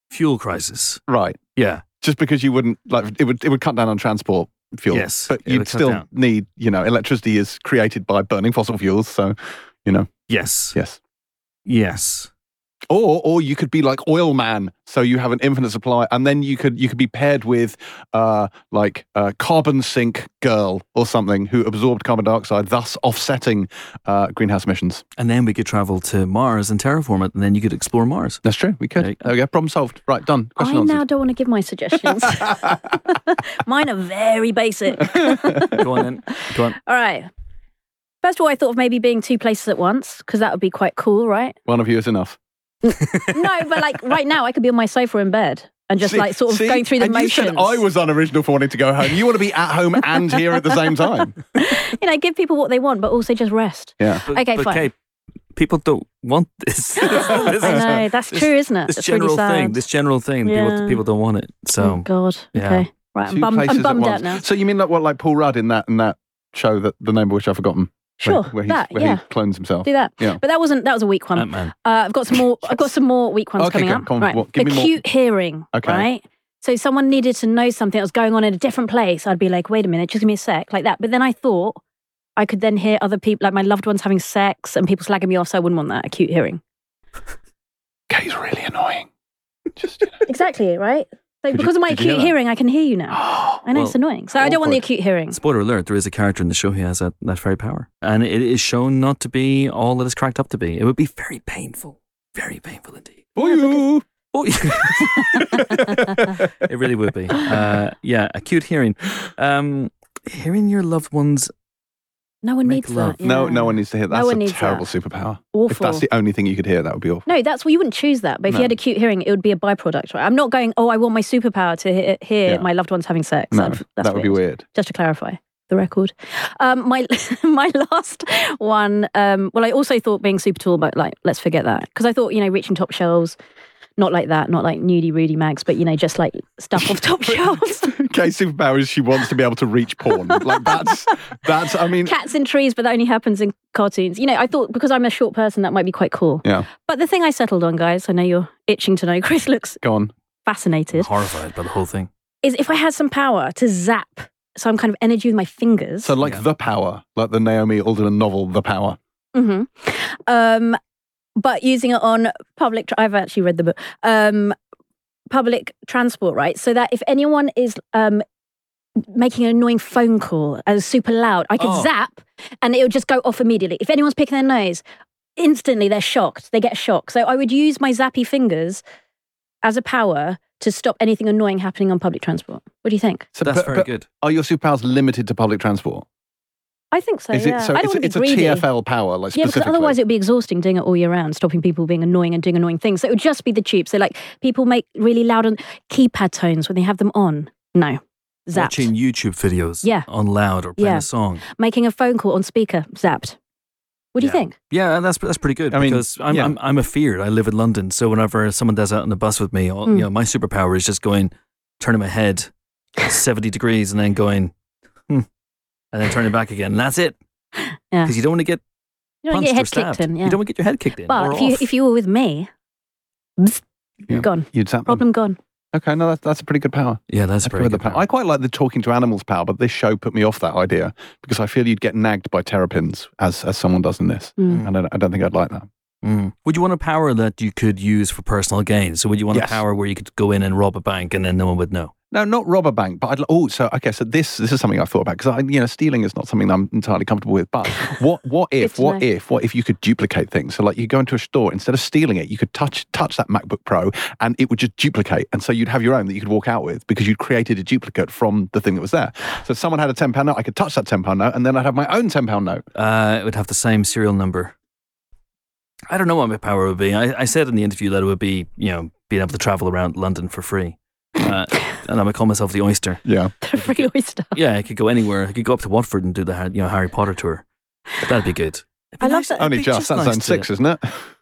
S1: fuel crisis.
S3: Right.
S1: Yeah,
S3: Just because you wouldn't like it would it would cut down on transport fuel.
S1: Yes,
S3: But
S1: it would
S3: you'd
S1: cut
S3: still
S1: down.
S3: need, you know, electricity is created by burning fossil fuels, so
S1: yes,
S3: yes.
S1: yes.
S3: Or or you could be like oil man, so you have an infinite supply and then you could you could be paired with uh like uh carbon sink girl or something who absorbed carbon dioxide, thus offsetting uh greenhouse emissions.
S1: And then we could travel to Mars and terraform it, and then you could explore Mars.
S3: That's true. We could.
S1: There you
S3: There,
S1: go.
S3: we go. Problem solved. Right, done. Question
S2: I
S3: answered.
S2: now don't want to give my suggestions. Mine are very basic.
S1: Go on then. Go on.
S2: All right. First of all, I thought of maybe being two places at once because that would be quite cool, right?
S3: One of you is enough.
S2: no, but like right now, I could be on my sofa in bed and just
S3: See-
S2: like sort of
S3: see?
S2: going through the
S3: and
S2: motions.
S3: You said I was unoriginal for wanting to go home. You want to be at home and here at the same time.
S2: you know, give people what they want, but also just rest.
S3: Yeah.
S1: But,
S2: Okay,
S1: but
S2: fine.
S1: Kate, people don't want this. this,
S2: I know that's
S1: this-
S2: true, isn't it?
S1: This
S2: That's
S1: general
S2: really sad.
S1: thing. This general thing.
S2: Yeah.
S1: People, people don't want it.
S2: oh
S1: So
S2: God.
S1: yeah.
S2: Okay. Right. I'm,
S3: um, Two
S2: bum-
S3: places
S2: I'm
S3: at
S2: bummed
S3: once.
S2: out now.
S3: So you mean like what, like Paul Rudd in that in that show that the name of which I've forgotten?
S2: Sure,
S3: where, where, he,
S2: that,
S3: where
S2: yeah.
S3: he clones himself.
S2: Do that.
S3: Yeah.
S2: But that wasn't that was a weak one.
S1: Ant Man.
S2: Uh, I've got some more. I've got some more weak ones
S3: Okay,
S2: coming
S3: go-
S2: up.
S3: go on,
S2: right,
S3: what- give me more.
S2: acute hearing.
S3: Okay.
S2: Right. So someone needed to know something that was going on in a different place. I'd be like, wait a minute, just give me a sec, like that. But then I thought I could then hear other people, like my loved ones, having sex and people slagging me off. So I wouldn't want that acute hearing.
S3: Kay's really annoying. Just
S2: Exactly. Right. So
S3: Could you-
S2: because of my
S1: did you hear
S2: acute
S1: that?
S2: hearing, I can hear you now. I know it's
S1: Well,
S2: annoying. So I don't want the
S1: awkward.
S2: acute hearing.
S1: Spoiler alert, there is a character in the show who has that, that very power. And it is shown not to be all that it's cracked up to be. It would be very painful. Very painful indeed.
S3: for you.
S1: Oh, yeah. it really would be. Uh, yeah, acute hearing. Um, hearing your loved ones.
S2: No one
S1: Make
S2: needs
S1: love.
S2: that. yeah.
S3: No, no one needs to hear.
S2: No
S3: That's
S2: one
S3: a
S2: needs
S3: terrible
S2: that.
S3: superpower. If
S2: Awful.
S3: that's the only thing you could hear, that would be awful.
S2: No, that's well, you wouldn't choose that. But if
S3: No.
S2: you had acute hearing, it would be a byproduct, right? I'm not going, oh, I want my superpower to hear, hear
S3: Yeah.
S2: my loved ones having sex.
S3: No,
S2: That'd- that's
S3: that would be weird.
S2: Just to clarify the record. Um, my my last one, um, well, I also thought being super tall, but like, let's forget that. Because I thought, you know, reaching top shelves, not like that, not like nudie Rudy mags, but, you know, just like stuff off top shelves.
S3: Kay's superpower is she wants to be able to reach porn. like that's that's. I mean,
S2: Cats in trees, but that only happens in cartoons. You know, I thought because I'm a short person, that might be quite cool.
S3: Yeah.
S2: But the thing I settled on, guys, I know you're itching to know. Chris looks
S3: go on.
S2: fascinated.
S1: Horrified by the whole thing.
S2: is if I had some power to zap some kind of energy with my fingers.
S3: So like
S1: Yeah.
S3: the power, like the Naomi Alden novel, The Power.
S2: Mhm. um, but using it on public, tra- I've actually read the book. Um, public transport, right? So that if anyone is um, making an annoying phone call and super loud, I could
S8: Oh.
S2: zap and it would just go off immediately. If anyone's picking their nose, instantly they're shocked. They get shocked. So I would use my zappy fingers as a power to stop anything annoying happening on public transport. What do you think?
S3: So
S1: That's
S3: but-
S1: very
S3: but
S1: good.
S3: Are your superpowers limited to public transport?
S2: I think so.
S3: is
S2: yeah.
S3: it so?
S2: I don't
S3: it's,
S2: want to be
S3: it's a
S2: greedy.
S3: TFL power, like
S2: Yeah, because
S3: specifically.
S2: otherwise it would be exhausting doing it all year round, stopping people being annoying and doing annoying things. So it would just be the tube. So like people make really loud and keypad tones when they have them on. No, zapped.
S1: Watching YouTube videos
S2: Yeah.
S1: on loud or playing
S2: Yeah.
S1: a song.
S2: Making a phone call on speaker, zapped. What do you
S1: Yeah.
S2: think?
S1: Yeah, that's that's pretty good
S3: I mean,
S1: because I'm,
S3: yeah.
S1: I'm I'm a feared. I live in London, so whenever someone does out on the bus with me, all,
S2: Mm.
S1: you know, my superpower is just going turning my head seventy degrees and then going, hmm, and then turning back again. And that's it.
S2: Yeah.
S1: Because you don't want to get
S2: You don't
S1: punched
S2: get your
S1: or
S2: head
S1: stabbed.
S2: kicked in. Yeah,
S1: You don't want to get your head kicked in.
S2: but
S1: or
S2: if you
S1: off. Um,
S2: if you were with me,
S3: Yeah.
S2: gone
S3: You'd zap them.
S2: problem gone.
S3: Okay, no, that's, that's a pretty good power.
S1: yeah, that's
S3: I,
S1: a pretty
S3: prefer the
S1: good.
S3: power.
S1: power.
S3: I quite like the talking to animals power, but this show put me off that idea because I feel you'd get nagged by terrapins as, as someone does in this.
S2: Mm.
S3: And I, I don't think I'd like that.
S1: Mm. Would you want a power that you could use for personal gain? So would you want
S3: Yes.
S1: a power where you could go in and rob a bank and then no one would know?
S3: No, not rob a bank, but I'd, li- oh, so okay, so this this is something I thought about because I, you know, stealing is not something I'm entirely comfortable with. But what what if
S2: to
S3: what
S2: know.
S3: if what if you could duplicate things? So like you go into a store instead of stealing it, you could touch touch that MacBook Pro and it would just duplicate, and so you'd have your own that you could walk out with because you'd created a duplicate from the thing that was there. So if someone had a ten pound note, I could touch that ten pound note, and then I'd have my own ten pound note.
S1: Uh, it would have the same serial number. I don't know what my power would be. I, I said in the interview that it would be, you know, being able to travel around London for free. Uh, and I would call myself the oyster.
S3: Yeah,
S2: The free oyster.
S1: Yeah, I could go anywhere. I could go up to Watford and do the Har- you know Harry Potter tour. That'd be good. It'd be
S2: I love
S1: nice-
S2: that-
S1: it'd
S3: only
S1: be
S3: just, that's
S1: nice
S3: zone
S1: to-
S3: six, isn't it?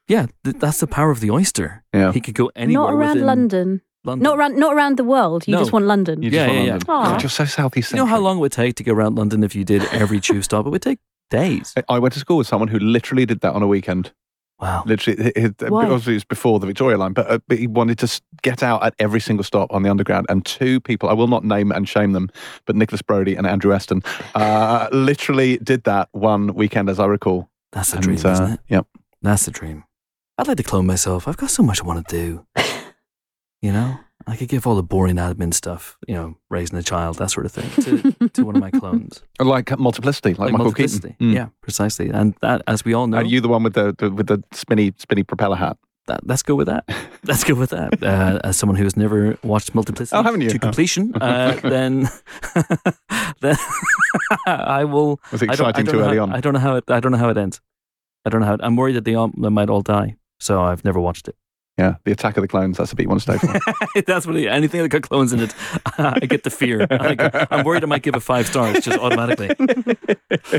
S1: Yeah, th- that's the power of the oyster.
S3: Yeah.
S1: He could go anywhere.
S2: Not around
S1: within
S2: London.
S1: London.
S2: Not around not around the world. You
S1: No.
S2: just want London.
S3: You
S1: Yeah,
S3: want
S1: yeah, yeah.
S3: London.
S2: Aw.
S3: God, you're so southeast.
S1: You know how long it would take to go around London if you did every tube stop? It would take days.
S3: I went to school with someone who literally did that on a weekend.
S1: Wow.
S3: Literally, it, it,
S2: Why?
S3: obviously it was before the Victoria line, but, uh, but he wanted to s- get out at every single stop on the underground. And two people, I will not name and shame them, but Nicholas Brody and Andrew Eston, uh, literally did that one weekend, as I recall.
S1: That's the
S3: And,
S1: dream,
S3: uh,
S1: isn't it?
S3: Yep.
S1: That's the dream. I'd like to clone myself. I've got so much I want to do. You know, I could give all the boring admin stuff, you know, raising a child, that sort of thing, to, to one of my clones.
S3: Like multiplicity, like, Michael
S1: multiplicity.
S3: Keaton. Mm.
S1: Yeah, precisely. And that, as we all know,
S3: Are you the one with the, the with the spinny spinny propeller hat?
S1: that, let's go with that. Let's go with that. Uh, as someone who has never watched Multiplicity
S3: Oh, haven't you?
S1: to completion, uh, then, then I will.
S3: Was
S1: I don't- I don't
S3: exciting too
S1: know
S3: early
S1: how-
S3: on.
S1: I don't know how it. I don't know how it ends. I don't know how. It, I'm worried that they, all, they might all die. So I've never watched it.
S3: yeah, the Attack of the Clones. That's a bit you want to stay for.
S1: That's what it, anything that got clones in it, I get the fear. I go, I'm worried I might give it five stars just automatically.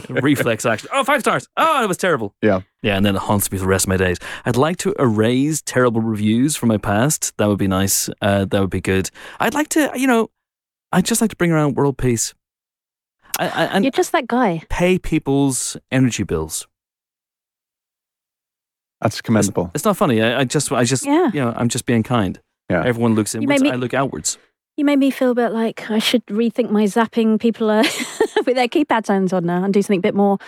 S1: Reflex action. Oh, five stars. Oh, it was terrible.
S3: Yeah.
S1: Yeah, and then it haunts me for the rest of my days. I'd like to erase terrible reviews from my past. That would be nice. Uh, that would be good. I'd like to, you know, I'd just like to bring around world peace. I, I, and
S2: You're just that guy.
S1: pay people's energy bills.
S3: That's commendable.
S1: It's not funny. I, I just, I just,
S2: Yeah.
S1: you know, I'm just being kind.
S3: Yeah.
S1: Everyone looks inwards.
S2: made me-
S1: I look outwards.
S2: You made me feel a bit like I should rethink my zapping people uh, with their keypad hands on now and do something a bit more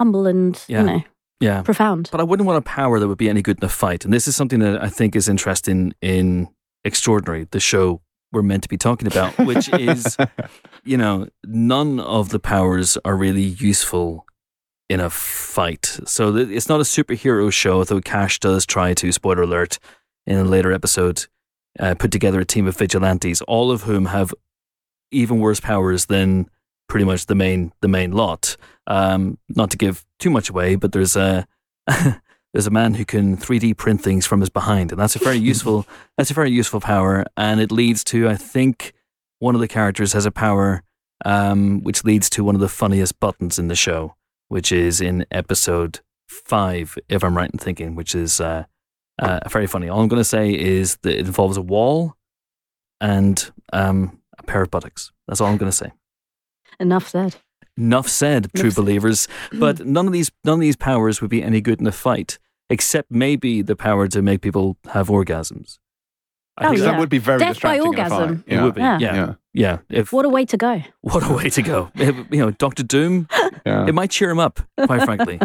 S2: humble and
S1: Yeah.
S2: you know
S1: Yeah.
S2: profound.
S1: But I wouldn't want a power that would be any good in a fight. And this is something that I think is interesting in Extraordinary, the show we're meant to be talking about, which is, you know, none of the powers are really useful in a fight. So th- it's not a superhero show, though Cash does try to, spoiler alert, in a later episode, uh, put together a team of vigilantes, all of whom have even worse powers than pretty much the main the main lot. Um, not to give too much away, but there's a there's a man who can 3D print things from his behind, and that's a very useful that's a very useful power, and it leads to I think one of the characters has a power um, which leads to one of the funniest buttons in the show, which is in episode five, if I'm right in thinking, which is uh, uh, very funny. All I'm going to say is that it involves a wall and um, a pair of buttocks. That's all I'm going to say.
S2: Enough said.
S1: Enough said, true
S2: Enough said. Mm.
S1: believers. But none of these none of these powers would be any good in a fight, except maybe the power to make people have orgasms.
S2: Oh,
S3: Because
S1: that-
S3: That
S2: yeah.
S3: would be very
S2: Death by
S3: distracting. in a fight.
S2: orgasm.
S1: it would be. Yeah,
S2: Yeah.
S1: yeah.
S3: Yeah.
S1: If what
S2: What a way to go.
S1: a, way to go! If, you know, Doctor Doom.
S3: yeah.
S1: It might cheer him up. Quite frankly,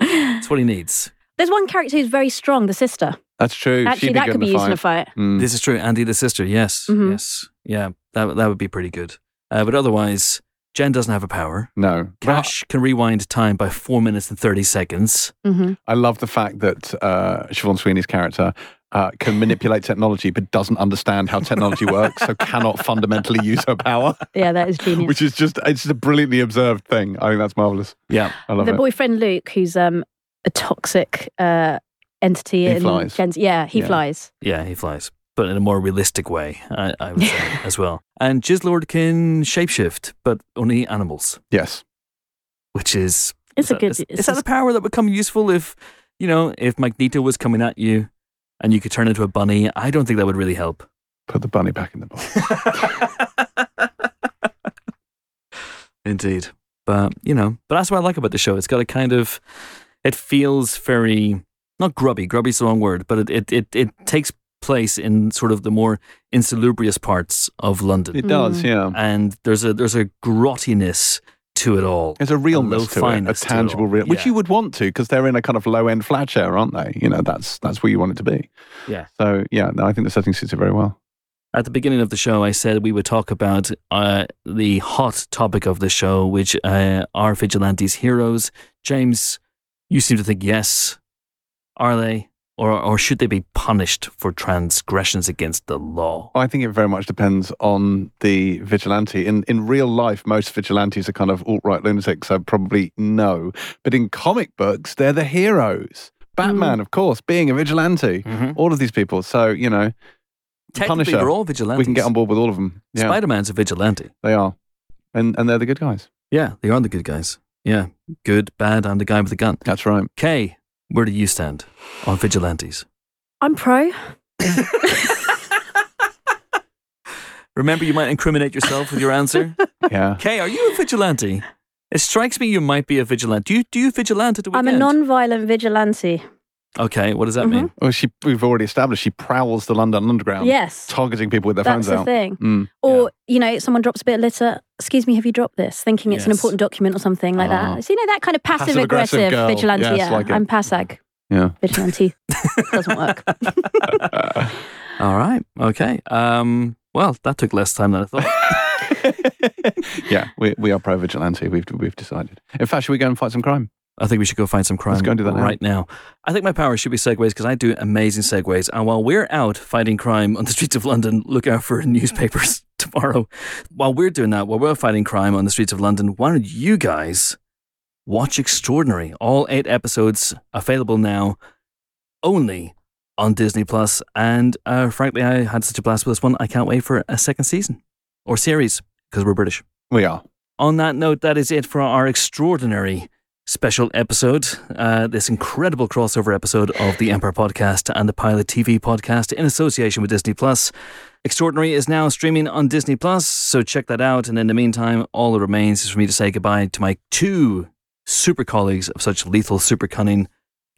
S1: that's what he needs.
S2: There's one character who's very strong, the sister.
S3: That's true.
S2: Actually,
S3: She'd
S2: that
S3: good
S2: could be
S3: in
S2: used in
S3: the
S2: a
S3: fight.
S2: fight.
S3: Mm.
S1: This is true. Andy, the sister. Yes,
S2: Mhm.
S1: yes, yeah. That that would be pretty good. Uh, but otherwise, Jen doesn't have a power.
S3: no.
S1: Cash can rewind time by four minutes and thirty seconds.
S2: hmm
S3: I love the fact that uh, Siobhan Sweeney's character uh, can manipulate technology but doesn't understand how technology works, so cannot fundamentally use her power,
S2: Yeah, that is genius.
S3: which is just it's just a brilliantly observed thing. I think that's marvelous.
S1: Yeah.
S3: I love
S2: the
S3: it.
S2: boyfriend Luke, who's um, a toxic uh, entity
S3: He
S2: in
S3: flies.
S2: Jen's. Yeah, he
S3: Yeah.
S2: flies.
S1: Yeah, he flies, but in a more realistic way, I, I would say as well. And Jizlord can shapeshift, but only animals,
S3: yes.
S1: which is
S2: It's
S1: is
S2: a
S1: that-
S2: good.
S1: Is,
S2: it's
S1: is that
S2: a-
S1: a power that would come useful if you know if Magneto was coming at you and you could turn into a bunny? I don't think that would really help.
S3: Put the bunny back in the box.
S1: Indeed. But, you know, but that's what I like about the show. It's got a kind of, it feels very, not grubby, grubby's the wrong word, but it, it, it, it takes place in sort of the more insalubrious parts of London.
S3: It does,
S2: Mm.
S3: yeah.
S1: and there's a, there's a grottiness to it all.
S3: There's a realness to it, a
S1: low-fineness to it all.
S3: tangible real, which
S1: Yeah.
S3: you would want to because they're in a kind of low end flat share, aren't they? You know, that's that's where you want it to be.
S1: Yeah.
S3: So yeah, no, I think the setting suits it very well.
S1: At the beginning of the show, I said we would talk about uh, the hot topic of the show, which uh, are vigilantes heroes. James, you seem to think yes. Are they? Or, or should they be punished for transgressions against the law?
S3: I think it very much depends on the vigilante. In in real life, most vigilantes are kind of alt right lunatics, so probably no. But in comic books, they're the heroes. Batman, of course, being a vigilante. All of these people. So you know,
S1: Technically,
S3: Punisher.
S1: they're all vigilantes.
S3: we can get on board with all of them. Yeah,
S1: Spider Man's a vigilante.
S3: they are, and and they're the good guys.
S1: Yeah, they are the good guys. Yeah, good, bad, I'm the guy with the gun.
S3: That's right.
S1: Kay, where do you stand on vigilantes?
S2: I'm pro.
S1: Remember, you might incriminate yourself with your answer.
S3: Yeah.
S1: Kay, are you a vigilante? It strikes me you might be a vigilante. Do you do you vigilante at the
S2: I'm
S1: weekend?
S2: a non-violent vigilante.
S1: Okay, what does that mean?
S3: Well, she we've already established she prowls the London Underground,
S2: Yes,
S3: targeting people with their
S2: that's
S3: phones
S2: the
S3: out.
S2: thing.
S3: Mm.
S2: Or you know, someone drops a bit of litter. Excuse me, have you dropped this? Thinking it's an
S1: Yes.
S2: important document or something like
S3: Ah.
S2: that. So you know that kind of passive
S3: Passive-aggressive
S2: aggressive
S3: girl.
S2: vigilante.
S3: Yes,
S2: yeah,
S3: like it.
S2: I'm passag
S3: Yeah.
S2: vigilante. Doesn't work. Mm-hmm.
S1: All right, okay. Um, well, that took less time than I thought.
S3: yeah, we, we are pro vigilante. We've we've decided. In fact, should we go and fight some crime?
S1: I think we should go find some crime
S3: Let's go and do that now.
S1: right now. I think my power should be segues because I do amazing segues. And while we're out fighting crime on the streets of London, look out for newspapers tomorrow. While we're doing that, while we're fighting crime on the streets of London, why don't you guys watch Extraordinary? All eight episodes available now only on Disney Plus. And uh, frankly, I had such a blast with this one. I can't wait for a second season or series because we're British
S3: We are.
S1: on that note, that is it for our extraordinary special episode, uh, this incredible crossover episode of the Empire Podcast and the Pilot TV Podcast in association with Disney Plus. Extraordinary is now streaming on Disney Plus, so check that out. And in the meantime, all that remains is for me to say goodbye to my two super colleagues of such lethal super cunning,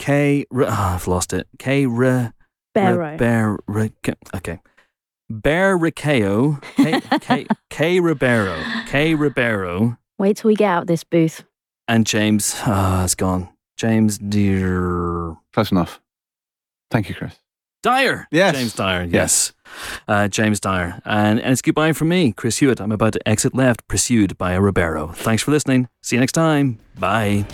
S1: K. R- ah, I've lost it. K. R-
S2: Barrow.
S1: Bear, okay. Bear Ricao, K, K, K Ribeiro, K Ribeiro,
S2: Wait till we get out this booth.
S1: and James. Ah, it's gone. James Dear
S3: Close enough. Thank you, Chris.
S1: Dyer.
S3: Yes.
S1: James Dyer. Yes. Uh, James Dyer. And, and it's goodbye from me, Chris Hewitt. I'm about to exit left, pursued by a Ribeiro. Thanks for listening. See you next time. Bye.